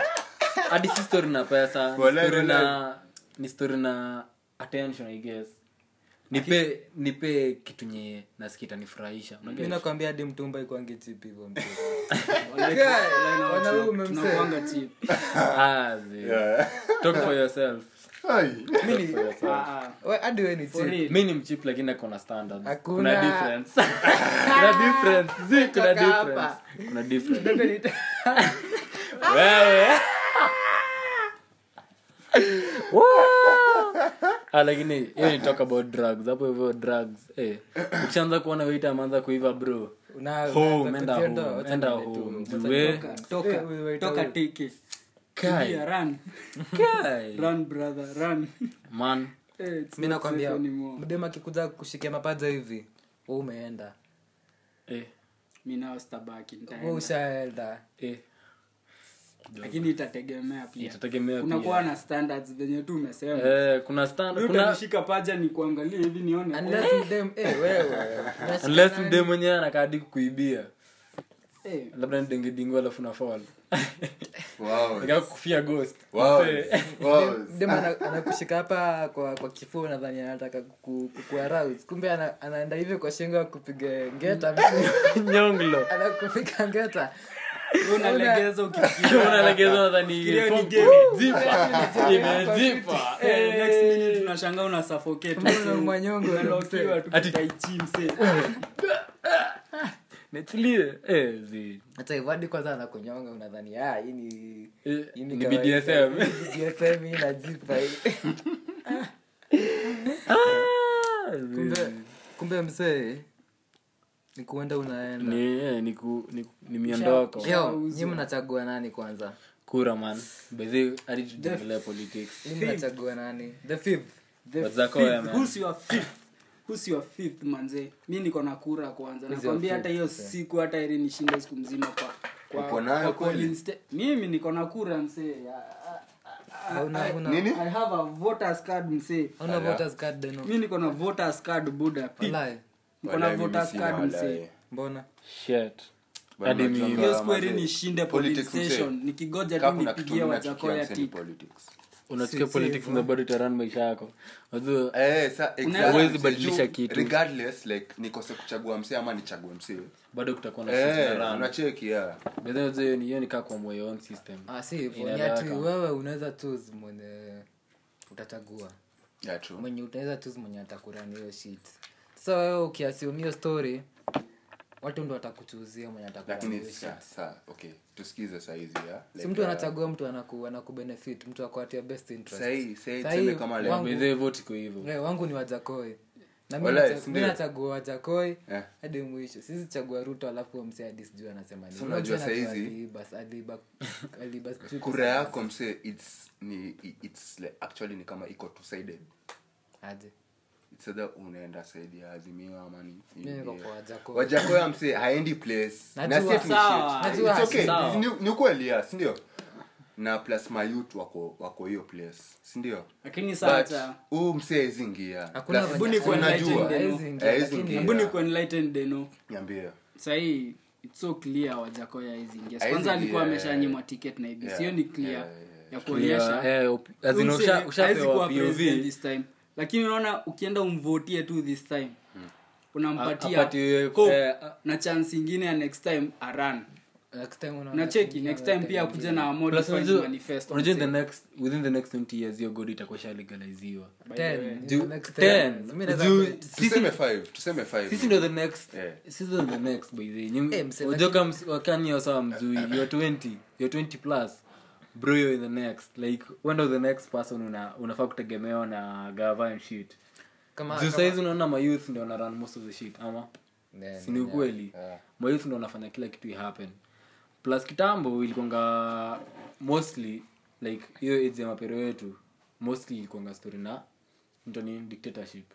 C: hadi si story na pesa ni
E: Walai,
C: story
E: walai.
C: na ni story na attention i guess nipe nipe kitu nye nasikita nifurahisha
D: mi nakwambia hadi mtumba ikwangi chip hivyo mzee. wanaume mse.
F: tunakuanga chip
E: Yeah.
C: talk for yourself
E: Ai.
F: Ah, ah.
D: We- hadi we ni
F: For
D: chip
F: real.
C: mi ni mchip lakini akona standards
D: Hakuna.
C: kuna difference kuna difference zi kuna
D: Toka hapa.
C: difference kuna difference wewe Ah, lakini hiyo ni talk about drugs hapo hivyo drugs eh ukishaanza kuona waiter ameanza kuiva bro
D: Una-
C: home
D: unaanza
C: enda
D: kujiondoa,
C: home
D: wacha
C: enda
D: niende tu.
C: home
D: Wacha
C: jue
D: nitoka. Toka, we- we-
F: toka
D: we-
F: teke
C: Kai.
F: Kimbia, run
C: kai
F: run brother run
C: man
F: Eh, it's
D: mi
F: not safe
D: nakwambia
F: anymore.
D: mdema akikuja kushikia mapaja hivi we umeenda
C: eh
F: mi nao stabaki nitaenda.
D: we ushaenda
C: eh
F: lakini itategemea pia
C: itategemea
F: unakuwa
C: pia
F: na standards venye tu umesema
C: eh kuna stand kuna
F: utanishika paja ni kuangalia hivi nione
D: Unless mdem- eh, wewe, unashika
C: unless
D: nani?
C: mde mwenyewe anakaadi kukuibia
F: Eh,
C: labda nidengedingu alafu nafall
E: Wow.
C: nika kufia ghost
E: Wow.
C: Eh,
E: Wow.
D: Dem ana- anakushika hapa kwa kwa kifua nadhani anataka kuku- kukuarouse kumbe ana- anaenda hivi kwa shingo akupiga ngeta
C: nyonglo
D: anakupiga ngeta
F: wewe unalegeza ukifikiria
C: unalegeza nadhani
F: Fikiria ni
C: fumbo.
F: game.
C: Zipa. Imezipa.
F: Eh, next minute unashangaa una suffocate
D: Mbona mwanyongo
F: Unalokiwa
D: ule mse?
F: tu
C: Ati-
F: kitaichi mse.
C: niachilie eh, zi
D: hata ivadi kwanza anakunyonga unadhani ah, hii ni
C: Eh,
D: hii
C: ni
D: kawaida.
C: BDSM.
D: BDSM hii inajipa hii.
C: Ah, zi.
D: kumbe kumbe msee ni kuenda unaenda
C: ni eh, ni ku- ni- ni miondoko
D: yo nyi mnachagua nani kwanza
C: kura man bedhi hadi tuongelee politics
D: nyi mnachagua nani the fifth
F: The
C: Wazako
F: fifth.
C: ya man.
F: Who's your fifth? Who's your fifth, manze mi niko na kura kwanza
D: Who's your
F: nakwambia hata hiyo
D: fifth, eh?
F: siku hata ili nishinde siku mzima kwa- kwa-
E: Uko nayo
F: kwa
E: kweli?
F: polling sta- mimi niko na kura msee
D: Hauna- hauna-
E: Nini?
F: i have a voters card msee
D: hauna voters card deno
F: mi niko na voters card buda
D: Walai,
F: niko na
E: Walai, mimi
F: voters
E: sina
F: card
E: walai.
F: msee
D: mbona
C: shit
E: Bana,
C: Hadi mimi.
E: tunapata
F: hiyo square
E: mazee.
F: nishinde
E: Politics,
F: police
E: msee.
F: station nikigoja
E: Kaa
F: tu
E: kuna kitu
F: nipigie
E: mimi
F: wajakoya
E: nachukia, msee, ni
F: tik
E: politics.
C: unasikia politics na bado itaran maisha yako wajua
E: Eh, sa-
F: Unaweza-
E: exactly.
C: Huwezi badilisha
E: Juu,
C: kitu.
E: regardless, like, nikose kuchagua msee ama nichague msee
C: bado kutakuwa na shit
E: Eh,
C: na run.
E: unacheki yeah.
C: Bedhi wajua hiyo ni- hiyo ni kaa kuamua your own system
D: Ah, si hivyo, ni
C: Inaeleweka.
D: ati wewe unaweza choose mwenye utachagua
E: Yeah, true.
D: mwenye utaweza choose mwenye atakurani hiyo shit sasa wewe ukiassume hiyo story watu ndo watakuchuzia mwenye atakurani
E: lakini
D: hiyo shit
E: sa- sa- okay tusikize sahizi ya
D: si mtu anachagua mtu anaku anakubenefit mtu akuatia best interest
E: Sahi- sahi
D: Sahi,
E: tuseme kama leo.
D: wangu-
C: bedhi vote iko hivyo
D: eh, wangu ni wajakoi na mi
E: Walai,
D: nacha-
E: si
D: mi
E: ndio?
D: nachagua wajakoi
E: Eh.
D: hadi mwisho sisi chagua ruto alafu mse hadi sijui anasema nini.
E: Si unajua
D: Unajua
E: sahizi-
D: anatoa alibas, aliba- alibas-
E: kura yako msee it's ni i- it's like, actually ni kama iko two sided
D: aje
E: it's either unaenda saidi ya azimio ama ni
D: Mimi niko
E: UDA.
D: kwa Wajakoya.
E: wajakoya msee haendi place
D: Najua.
E: na sisi
F: Sawa.
E: tunashit.
D: Najua.
E: It's okay.
C: Sawa.
E: Ni- ni ukweli ya sindio na plus mayut wako wako hiyo place sindio
F: lakini
E: but
F: sasa
E: huu msee aizingia
D: Hakuna
E: Plus,
D: venye-
E: si unajua
F: Haezi
C: Eh,
D: ingia,
E: Haezi
D: lakini-
E: ingia.
F: hebu nikuwa enlightened eh, deno
E: niambie
F: sahii it's so clear wajakoya hizingia
E: Haezi
F: kwanza alikuwa
E: ingia,
F: ameshanyimwa ticket na hivi
E: Yeah,
F: sio ni clear
E: yeah, yeah.
F: ya kuonyesha
C: Eh, op- as in
F: Huyu
C: usha-
F: mse
C: ushapewa
F: haezi kuwa
C: POV.
F: president this time lakini unaona ukienda umvotie tu this time
C: A-
F: unampatia
C: apatiwe,
F: hope
C: Hmm. eh, a-
F: na chance ingine ya next time aran
D: Next time unaona
F: na cheki
D: kuingia
F: next time
D: watu
F: pia
D: wengi.
F: kuja na a
C: Plus,
F: modified
C: unajua-
F: manifesto
C: unajua
F: mse.
C: the next within the next 20 years hiyo god itakuwa shalegaliziwa
D: Ten,
C: Ju-
D: next
C: ten.
D: time. Mi naweza
C: Ju-
D: kuwait.
C: sisi-
E: tuseme five tuseme five
C: sisi ndo the next
E: Eh.
C: sisi ndo the next by the
D: Eh, mse,
C: way unajua kama wakani yao sawa mzui you're 20 you're 20 plus bro you're the next like wewe ndo the next person una unafaa kutegemewa na gava and shit
D: Kama-
C: juu saizi unaona mayouth ndo wana run most of the shit ama
E: Eh,
D: Yeah,
C: si ni ukweli mayouth ndo wanafanya kila kitu ihappen plus kitambo ilikuanga mostly like hiyo age ya mapero yetu mostly ilikuanga story na mtoni dictatorship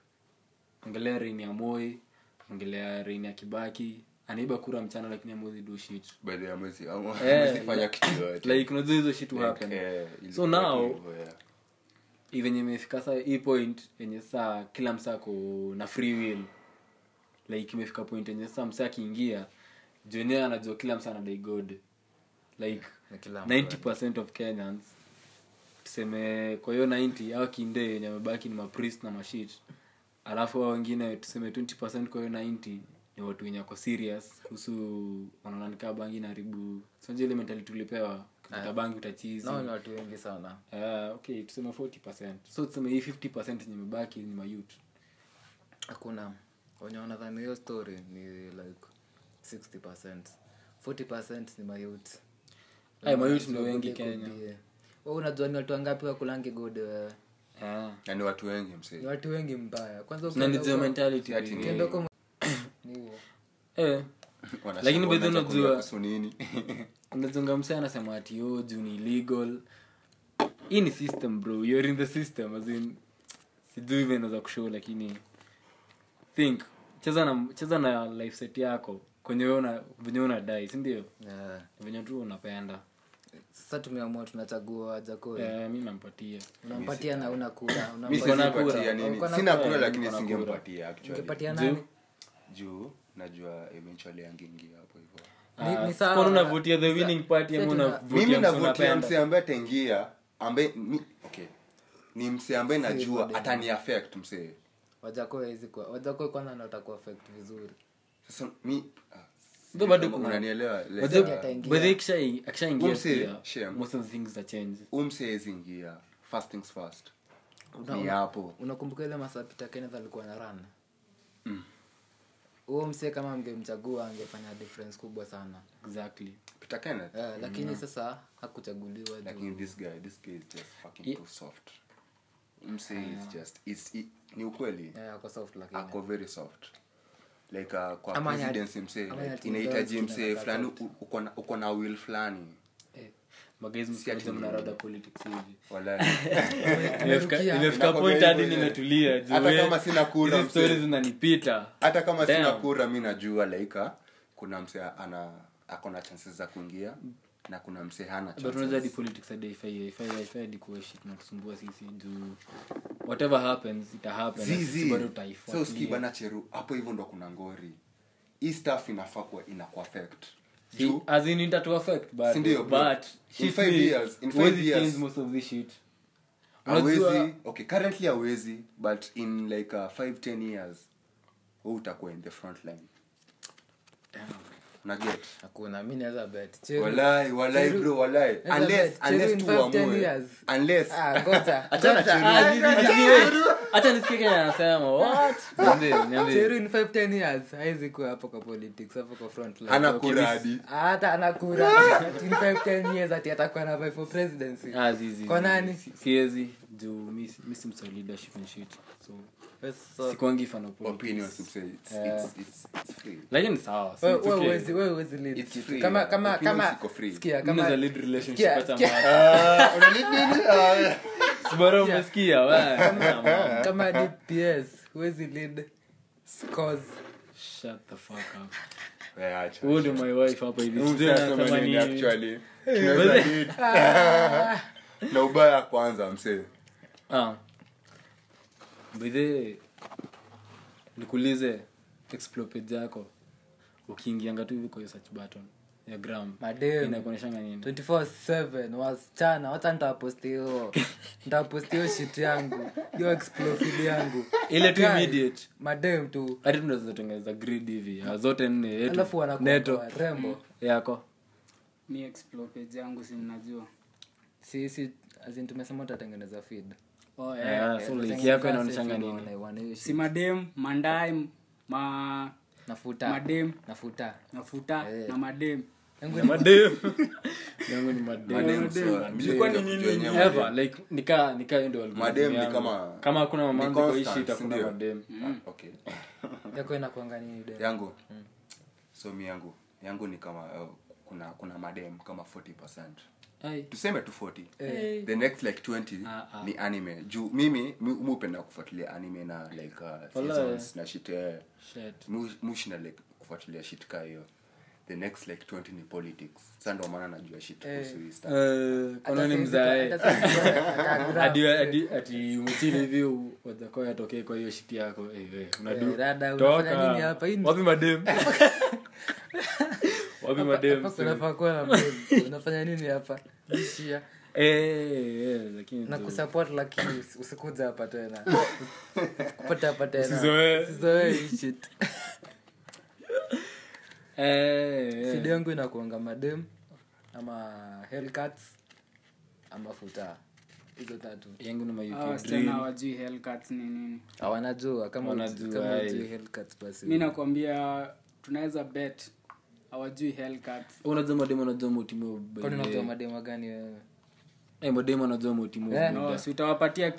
C: ongelea reini ya moi ongelea reini ya kibaki anaiba kura mchana lakini amwezi do shit
E: baada ya mwezi ama-
C: Eh,
E: mwezi fanya kitu yoyote
C: like unajua hizo shit happen
E: Eh, ilikuwa
C: so now
E: hivyo, yeah.
C: venye imefika saa hii point yenye saa kila msako na free will like imefika point yenye saa msa akiingia jenyewe anajua kila msa anadai god like
D: Na kila mtu
C: 90 of kenyans tuseme kwa hiyo 90 au kinde yenye amebaki ni mapriest na mashit alafu ao wengine tuseme 20 kwa hiyo 90 ni watu wenye wako serious kuhusu wanaonanikaa bangi naribu sinajua ile mentality tulipewa kuta bangi utachizi
D: nao ni watu wengi sana
C: Ah, okay tuseme 40 so tuseme hii 50 yenye imebaki ni mayut
D: hakuna wenye wanadhani hiyo story ni like 60 40 ni mayut
C: Ay, mayut Eh, ndio wengi kenya
D: we unajua ni watu wangapi wakulangi good wewe?
C: Ah.
E: Na ni watu wengi msee.
D: ni watu wengi mbaya
C: na
D: kwanza ukienda
C: ni
D: huko-
C: hiyo mentality
E: Ati
C: baby.
E: ni-
D: ukienda huko- ni huo.
C: eh
E: Wanashangaa,
C: Lakini by the way
E: wanaanza kuongea
C: unajua-
E: kuhusu nini.
C: unazunga msee anasema ati yo juu ni illegal hii ni system bro you're in the system as in sijui vile naweza kushow lakini think cheza na cheza na life set yako kwenye wewe una venye wewe unadai si ndio
D: Yeah.
C: venye tu unapenda
D: sasa tumeamua tunachagua wajakoi
C: eh, mi nampatia
D: unampatia na una kura
E: Mi
D: unampatia
C: Uko na
E: sipatia
C: kura.
E: nini.
D: Uko na
E: sina
D: kura,
E: kura lakini
C: uko na
E: singempatia actually.
D: ungepatia
C: Juu-
D: nani
E: juu najua eventually angeingia hapo hivyo
D: Ni-
C: Ah,
D: ni sawa.
C: kwani unavutia the winning party ama
D: Sasa tuna-
C: unavutia
E: mimi
C: msee
E: navutia
C: unapenda?
E: msee ambaye ataingia ambaye mi- okay ni msee ambaye najua atani affect msee
D: wajakoi hawezi kuwa wajakoi kwanza ndo atakuwa affect vizuri
E: sasa mi ah,
C: Ndio bado
E: kama
C: kuna-
E: unanielewa like,
C: Wajua-
E: ah,
D: ataingia.
C: by the way, akishai- akishaingia
E: Umse-
C: pia,
E: shame.
C: most of the things za change
E: huyu msee hawezi ingia first things first ni hapo Mm.
D: unakumbuka ile masaa Peter Kenneth alikuwa na run huo msee kama mngemchagua angefanya difference kubwa sana
C: exactly
E: Peter Kenneth.
D: Eh, lakini
E: Mm.
D: sasa hakuchaguliwa juu
E: lakini this guy this guy is just fucking too soft mse is just it's, it, ni ukweli
D: Eh, ako soft lakini
E: ako very soft like uh, kwa
D: Ama ni
E: presidency
D: ati-
E: mse
D: ama ni ati
E: like, inahitaji
D: Mdozi
E: mse
D: kinataka
E: fulani u- uko na- uko na will fulani
C: magaizmnarada politics hivi
E: Walai.
D: Nimefikia-
C: imefika point
E: Inakwambia
C: hadi
E: hivyo, yeah.
C: nimetulia juu
E: eh. Hata
C: we-
E: kama sina kula,
C: hizi stories
E: mse.
C: zinanipita
E: hata kama sina
C: Damn.
E: kura mi najua laika kuna mse ana akona chances za kuingia na kuna mse hana
C: But unajua hadi
E: chances.
C: politics hadi haifai- haifai- haifai hadi kuwa shit na kusumbua sisi juu whatever happens ita happen na sisi
E: Zizi.
C: bado
E: so
C: tutaifuatilia.
E: usikii bana cheru hapo hivyo ndo kuna ngori hii staff inafaa kuwa ina kuaffect
C: Si-
E: juu
C: as in itatu affect bado,
E: Sindio, bro?
C: but
E: In
C: shit
E: five
C: ni-
E: years- in
C: huwezi
E: five years.
C: change most of this shit. Unajua-
E: awezi okay currently awezi but in like uh, five ten years huu utakuwa in the front line unaget
D: hakuna mi naweza bet Cheru-
E: walai walai
D: Cheru-
E: bro walai
D: Naweza
E: unless
D: bet, Cheru
E: unless
D: in
E: tu
D: five, ten
E: uamue
D: years.
E: unless
D: Ah, ngoja.
E: Achana
D: Ngoja.
E: Cheru.
D: Ah,
C: Ah, zizi, zizi, zizi, acha nisikie kenye anasema, what? Niambie, niambie.
D: Cheru in five, ten years haizi kuwa hapo kwa politics hapo kwa front line.
E: hana
C: Okay,
E: kura
C: this-
E: hadi
D: hata anakura in five, ten years ati atakuwa na vibe for presidency
C: Ah, zizi,
D: Kwa
C: zizi.
D: nani?
C: Si- siwezi juu mi si- mi si msee wa leadership and shit. So, sikuangi fan of politics.
E: opinions it's, it's, it's, it's, it's free
C: lakini sawa si-
D: Wewe-
C: it's
D: wewe
C: okay.
D: huwezi- wewe huwezi lead
E: It's
D: kitu.
E: free,
D: Kama-
E: yeah.
D: kama-
E: Opinions
D: Ah, kama-
E: iko free.
D: sikia, kama-
C: Mnaweza lead relationship
D: Sikia,
C: hata
D: sikia.
C: mahali. Si bora umesikia, wewe. Come on.
D: kama dps huwezi lead scores
C: Shut the fuck up.
E: Eh, acha.
C: Huyo ndio my wife hapa hivi.
E: Huyu mzee
C: Sijui
E: anasema
C: anasema
E: nini
C: ni-
E: actually. Tunaweza lead.
D: Ah.
E: na ubaya ya kwanza msee
C: Ah. By the way, nikuulize explopage yako ukiingianga tu hivi kwa hiyo search button ya gram
D: Madem.
C: inakuoneshanga nini
D: 24/7 wasichana wacha nitawapostio nitawapostio shit yangu hiyo explosive yangu
C: ile tu
D: Guys,
C: immediate
D: madem tu
C: hadi tunaweza tengeneza grid hivi ya zote nne yetu,
D: alafu
C: neto
D: wanakuwa rembo
C: yako
F: mi explore page yangu si mnajua
D: si si azin tumesema utatengeneza feed
F: oh, eh.
C: Yeah, Ah, so link yako inaoneshanga nini
F: si madem mandae ma
D: nafuta
F: Madem.
D: nafuta
F: nafuta
D: Eh.
F: na madem
C: madem yangu ni madem
E: Madem, so, mimi
F: Ilikuwa ni
E: ndio
F: nini
E: kujua yenyewe.
C: ever like nika nika hiyo ndio algorithm
E: Madem ni
C: yangu.
E: kama-
C: kama Mm. hakuna mamanzi
E: ni
C: kwa hii
E: constant,
C: shit hakuna
E: sindio?
C: madem
E: Ah, okay.
D: yako inakuanga nini dem
E: yangu so mi yangu yangu ni kama eh, kuna kuna madem kama 40
C: ai
E: tuseme tu 40 the next like 20
C: Ah,
E: ni anime juu mimi mi mi hupenda kufuatilia anime na like uh, seasons na shit eh.
C: shit
E: mushina like kufuatilia shit kaa hiyo the next like 20 ni politics sa ndo maana najua shit kuhusu hii stuff.
C: kanoni Eh, mzae hadi hadi ati mchini hivi u- watakuwa yatokee kwa hiyo shiti yako Eh, eh, unadu-
D: Eh, rada,
C: toka.
D: unafanya nini hapa? Hii ni-
C: wapi madem wapi madem
D: unafanya nini hapa ishia
C: Eh, eh, lakini
D: na
C: tu-
D: kusupport lakini usi- usikuja hapa tena kupata hapa tena
C: Usizoee.
D: Usizoee hii shit
C: Eh, eh.
D: Feed yangu inakuanga madem ama hellcats ama futa hizo tatu
C: yangu ni ma
F: Hawa
C: UK
F: Ah, wasichana
C: dream
F: hawajui Hellcats ni nini
D: awanajua kama
C: Wanajua,
D: uji- kama
C: aye.
D: ujui hellcats
F: mi
D: basi
F: nakwambia tunaweza bet hawajui Hellcats.
C: unajua madem anajua motimo
D: kwani unajua madema gani wewe
C: eh, madem anajua motimo
D: Eh.
F: no si utawapatia
C: Dem, aki-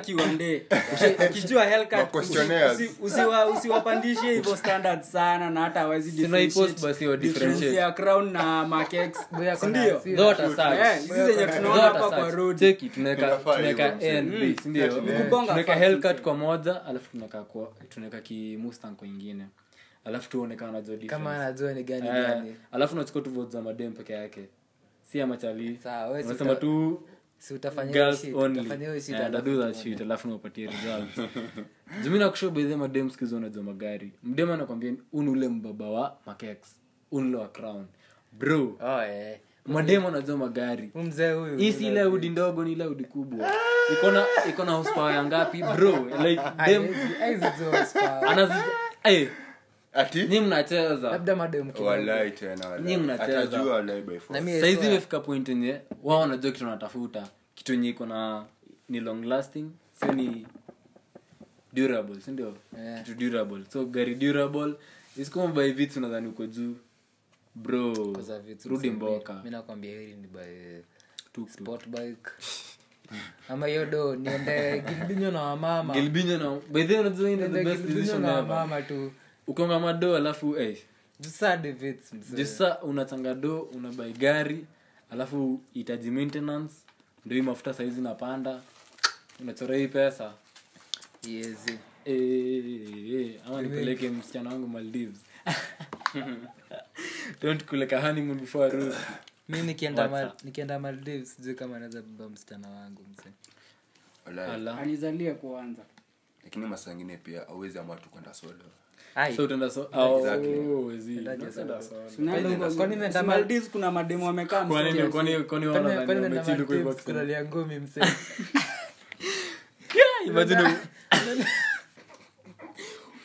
C: akienda-
F: kiwande ukijua Hellcat,
E: Ma questionnaires.
F: usi- usi- usiwa- usiwapandishie hivyo standard sana na hata hawezi
C: Sina hii post
F: differentiate-
C: basi wa
F: difference
C: differentiate.
F: ya crown na makex
D: Boya ako na
F: sindio
D: hasira.
F: Eh, hizi zenye tunaona hapa kwa road
E: Inafaa hivyo, msee.
F: Kubonga
C: tunaweka
F: facts,
C: hellcat
F: msee.
C: kwa moja alafu tunaweka kwa- tunaweka kimustang kwa ingine alafu tuonekana najua
D: kama
C: difference.
D: anajua ni gani
C: Eh,
D: gani
C: alafu nachukua tu vote za madem peke yake si ya machalii
D: Sawa, wewe si
C: unasema
D: uta-
C: tu
D: si utafanya hiyo
C: girls
D: shit,
C: only.
D: utafanya hiyo shit
C: Eh,
D: alafu
C: nitado that shit, alafu niwapatie results. Juu mi nakushow by the way, madem siku hizi wanajua magari mdem anakwambia "Huu ni ule mbaba wa makex Huu ni ule wa crown bro
D: Oh, eh.
C: madem anajua magari
D: Huyu mzee huyu
C: hii si ile audi ndogo ni ile audi kubwa
D: Ah.
C: iko na iko na horsepower ya ngapi bro like them
D: Haiwezi- haiwezi jua spa.
C: anazi eh
E: ati
C: nyinyi mnacheza
D: labda madem kidogo.
E: walai tena walai.
C: Nyinyi mnacheza.
E: atajua walai by force.
D: Na mi-
C: sasa hizi imefika point yenye wao wanajua kitu wanatafuta kitu yenye iko na ni long lasting sio ni durable sindio
D: Yeah.
C: kitu durable so gari durable isikuma bai vitu nadhani uko juu bro
D: Kwa za vitu
C: rudi
D: tuseme,
C: mboka
D: mi nakwambia hili ni by
C: Tuk-tuk.
D: sport bike ama hiyo do niende gilbinyo na wamama
C: gilbinyo na by the way, unajua hii ni the
D: Niende
C: best
D: gilbinyo
C: decision
D: na
C: ever
D: wamama tu
C: ukonga madoo alafu eh,
D: jusadi vits mzee
C: jisa unachanga do unabai gari alafu hitaji maintenance ndo hii mafuta saizi napanda unachora hii pesa
D: yezi
C: Eh, eh, eh, ama nipeleke msichana wangu maldives don't kuleka honeymoon before arusi
D: mi nikienda Mal- nikienda maldives sijui kama naweza beba msichana wangu mzee
E: Wala,
C: Ala.
F: anizalie kuanza
E: lakini masaa ingine pia awezi amua tu kwenda sodo
D: Ai,
C: so utaenda so oh,
E: Exactly.
C: wezi. Unaenda so-
D: Kwani nenda
F: Maldives kuna mademo wamekaa
C: Kwani-
F: msitu.
C: kwani- kwani wao
D: kwani-
C: wanadhani
D: kwani nenda
C: wamechill kwa hivyo
D: Maldives
C: accident?
D: kulalia ngumi mzee
C: Kai, imagine u-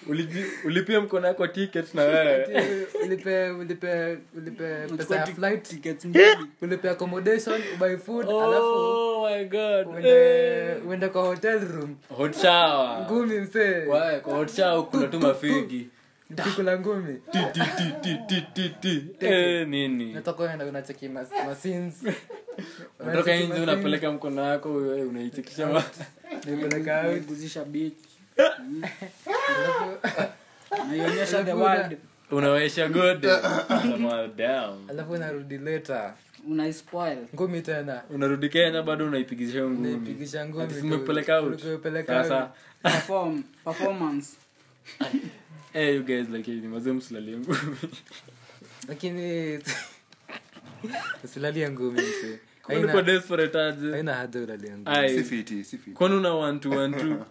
C: Uliji- ulipia mkono yako ticket na wewe
D: ulipe ulipe ulipe pesa
F: Unachukua
D: ya
F: ti-
D: flight
F: tickets mbili.
D: ulipe accommodation buy food alafu
C: oh my god Eh.
D: uende uende kwa hotel room
C: hot shower
D: ngumi mzee
C: Wae, kwa hot shower kuna tu mafigi
D: kula ngumi
C: Ti, ti, ti, ti, ti, ti, ti. Eh, nini
D: natoka unaenda unacheki mas- masins
C: unatoka nje unapeleka mkono wako wewe unaitikisha ma-
D: nipeleka out
F: Guzisha beach.
D: alafu-
F: naionyesha the
D: Alafu
F: world
C: unawaisha gode Kama down.
D: alafu unarudi later
F: unaispoil
D: ngumi tena
C: unarudi kenya bado unaipigisha hiyo ngumi
D: naipigisha
C: Ati
D: ngumi
C: si umepeleka out?
D: Nimepeleka out.
C: sasa
F: perform performance
C: eh, you guys like ni mazee msilalie ngumi
D: lakini usilalia ngumi mzee
C: Kwani uko
D: haina
C: desperate aje
D: haina haja ulalia ngumi
C: Ai,
E: si fiti si fiti
C: kwani una one to one two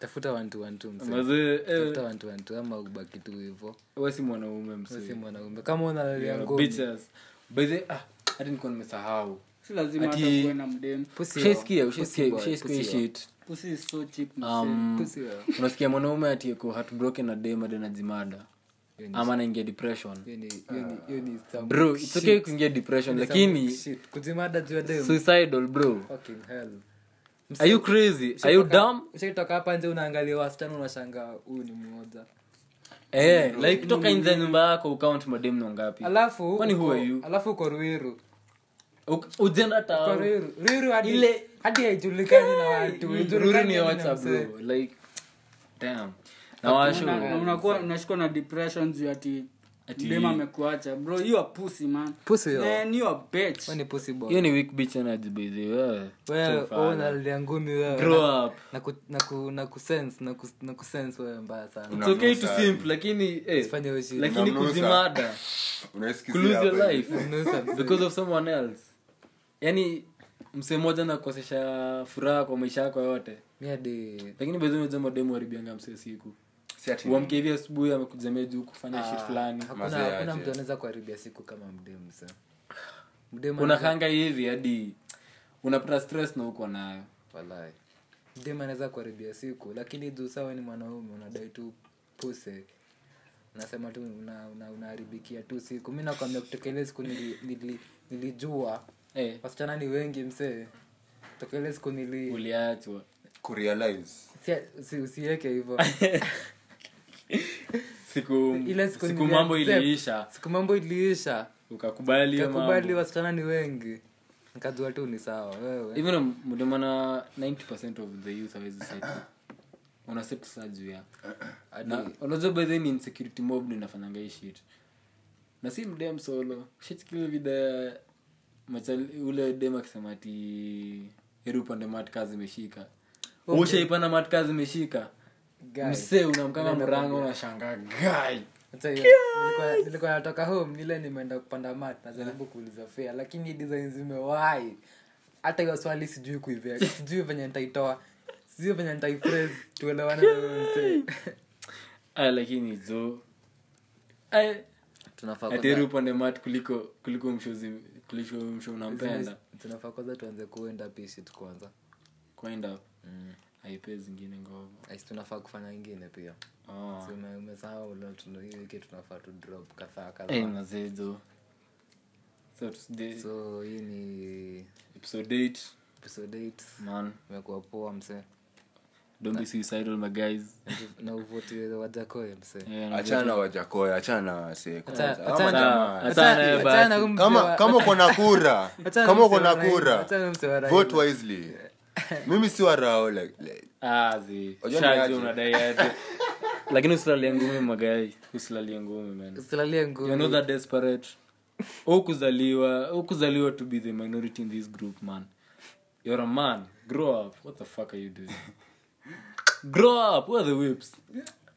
D: tafuta wantu wantu mzee
C: mazee
D: tafuta
C: eh,
D: wantu wantu ama ubaki tu hivo
C: wewe si mwanaume
D: si
C: msee
D: mwanaume kama unalalia
C: Yeah,
D: ngumi
C: bitches by the ah hadi nilikuwa nimesahau
F: si lazima
C: Ati-
F: hata uwe na mdemu
D: Pussy
C: ushaisikia
D: yo, pussy
C: ushaisikia
D: boy,
C: ushaisikia hii
D: pussy yo.
C: shit
F: pussy is so cheap mse.
C: um
D: Pussy yo.
C: unasikia mwanaume ati ako heartbroken na dem hadi anajimada
D: Hiyo ni-
C: ama anaingia depression
D: hiyo ni- hiyo ni- hiyo ni some
C: bro it's okay
D: shit.
C: kuingia depression
D: Some
C: lakini
D: shit. Oh, kujimada juu ya dem.
C: suicidal bro
D: Fucking hell.
C: are you crazy are you dumb
D: Ushaitoka hapa nje unaangalia wasichana unashangaa huyu ni mmoja
C: eh like toka nje ya nyumba yako ukaunt madem na ngapi
D: alafu
C: Kwani who
D: uko-
C: are you?
D: alafu uko ruiru
C: Uk- ujenda
D: Uko
C: ta
D: ruiru ruiru hadi-
C: Ile-
D: hadi haijulikani na watu haijulikani
C: ruri ni
D: na
C: whatsapp
D: mzee.
C: bro like damn na washo
F: Na- na unakuwa unashikwa na depression juu ati mdema amekuacha bro you are pussy man
D: Pussy yo.
F: man you are bitch
D: Wewe ni pussy boy.
C: hiyo ni weak bitch energy by the way
D: Wewe,
C: So
D: wewe
C: far.
D: unalalia ngumi wewe.
C: grow up
D: Na ku- na ku- na kusense, na kus- na kusense wewe mbaya sana
C: it's okay to simp lakini eh
D: Usifanye hiyo shit.
C: lakini
E: Unamnusa.
C: kujimada to lose your
E: unaisikiziahiyo
C: life
D: Unusa mzee.
C: because of someone else yani msee mmoja nakukosesha furaha kwa maisha yako yote
D: Mi hadi-
C: lakini bezoneza mademu haribianga msee siku uamke hivi asubuhi amekujamia juu kufanya
D: Ah,
C: shit fulani
D: hakuna
E: Mazee
D: hakuna
E: aje.
D: mtu anaweza kuharibia siku kama mdemu sa mdemu anaweza-
C: unakanga hivi hadi unapata stress na huko nayo
D: walai mdemu anaweza kuharibia siku lakini juu sawa ni mwanaume unadai tu puse unasema tu una- una- unaharibikia tu siku mi nakwambia kutokele siku nili- nili- nilijua
C: eh,
D: wasichana ni wengi msee tokele siku nili
C: uliachwa
D: si- si- usiweke hivo
C: siku,
D: ile siku,
C: siku,
D: nili-
C: mambo iliisha
D: siku mambo iliisha
C: ukakubali hiyo
D: kakubali
C: mambo.
D: wasichana ni wengi nikajua tu ni sawa wewe
C: even m- mdemana 90 of the youth awezi wanasept saa juu ya Na unajua by the way ni insecurity mob ndio inafanyanga hii shit na si mdem solo shitkile vida ya machali ule dem akisema ati heri upande matka zimeshika okay. ushaipanda matka zimeshika
D: Guy.
C: msee unamkanga mrango unashanga gai
D: Hata hiyo, nilikuwa- nilikuwa natoka home nile nimeenda kupanda mat najaribu kuuliza fea lakini design zimewahi hata hiyo swali sijui kuivea sijui venye nitaitoa sijui venye nitaiphrase tuelewane na huyo msee
C: Ah, lakini zo Ai,
D: tunafaa
C: ati heri upande mat kuliko kuliko mshozi kuliko msho unampenda
D: tunafaa kwanza tuanze kuenda pishit kwanza
C: kwenda aipee zingine ngovo
D: Ais, tunafaa kufanya ingine pia
C: oh.
D: Si ume- umesahau lo, tuna- hii wiki tunafaa tu drop kadhaa
C: hey,
D: kadhaa
C: mazee zo Eh, so tude-
D: so hii ni
C: episode 8
D: episode 8
C: man
D: imekuwa poa msee
C: don't be suicidal my guys
D: na uvoti wajakoe
C: Eh, na-
E: achana wajakoya achana wasee kwanza. Ama jamaa.
D: mseeachana
E: kama kama uko na kura kama uko na kura vote wisely mimi si warao like, like,
C: Ah, zi.
E: Unajua
C: Shaji
E: niaje?
C: unadai aje. lakini usilalie ngumi magai usilalie ngumi man
D: usilalie
C: You're not that desperate ukuzaliwa ukuzaliwa to be the minority in this group man you're a man grow up what the fuck are you doing grow up where are the whips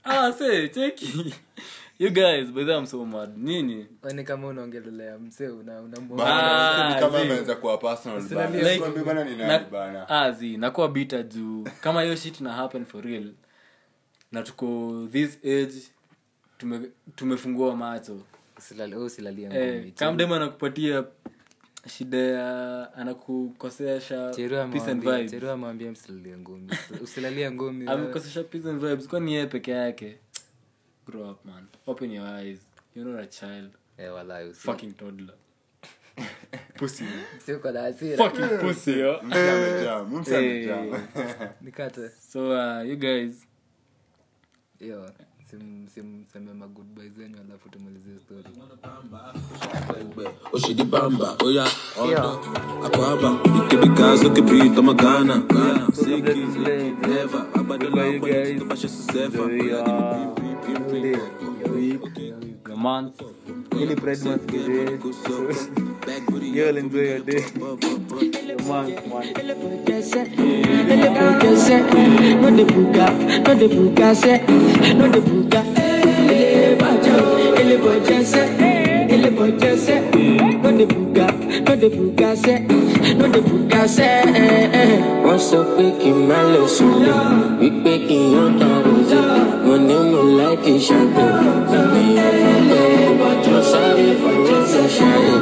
C: ah say take it. you guys by the way, i'm so mad nini
D: nguni Yaani kama unaongelelea msee una- unamwona.
E: bana,
C: Ah,
E: sijui kama
C: zi.
E: ameweza kuwa personal bana.
C: Like,
E: Sikwambi bana ni nani bana.
C: na, ah, zi nakuwa bita juu kama hiyo shit na happen for real na tuko this age tume, tumefungua macho
D: Usilali- wewe usilalie
C: eh,
D: ngumi
C: kamdem anakupatia shida ya anakukosesha
D: Cheru
C: peace and
D: amewambia-
C: vibes.
D: Cheru amewambia msilalie ngumi usilalie ngumi wewe.
C: amekosesha peace and vibes kwani yeye peke yake grow up man open your eyes you're not a child
D: Eh, walai, usi-
C: fucking toddler pussy
D: usiwe na hasira
C: fucking pussy yo
E: Mse amejam, mse
C: Eh.
E: amejam.
D: nikate
C: so uh, you guys
D: yo sim- simseme magoodbye zenu alafu tumalizie story
B: oshidibamba oya ondo akwaba ikibikazo kibito magana
C: the month any pride month kizee you all enjoy your day the month man
B: no de buga no de buga se no de buga ele bajo ele boje se ele boje se no de buga no de buga se no de buga se wọ́n sọ pé kí n má lọ sùn lọ wípé kí n yóò tán òjò mo ní mo láìkí ṣàgbọ̀ mo ní ọmọ lọ́wọ́ wọ́n sáré fọjọ́ sẹ́ṣẹ̀ o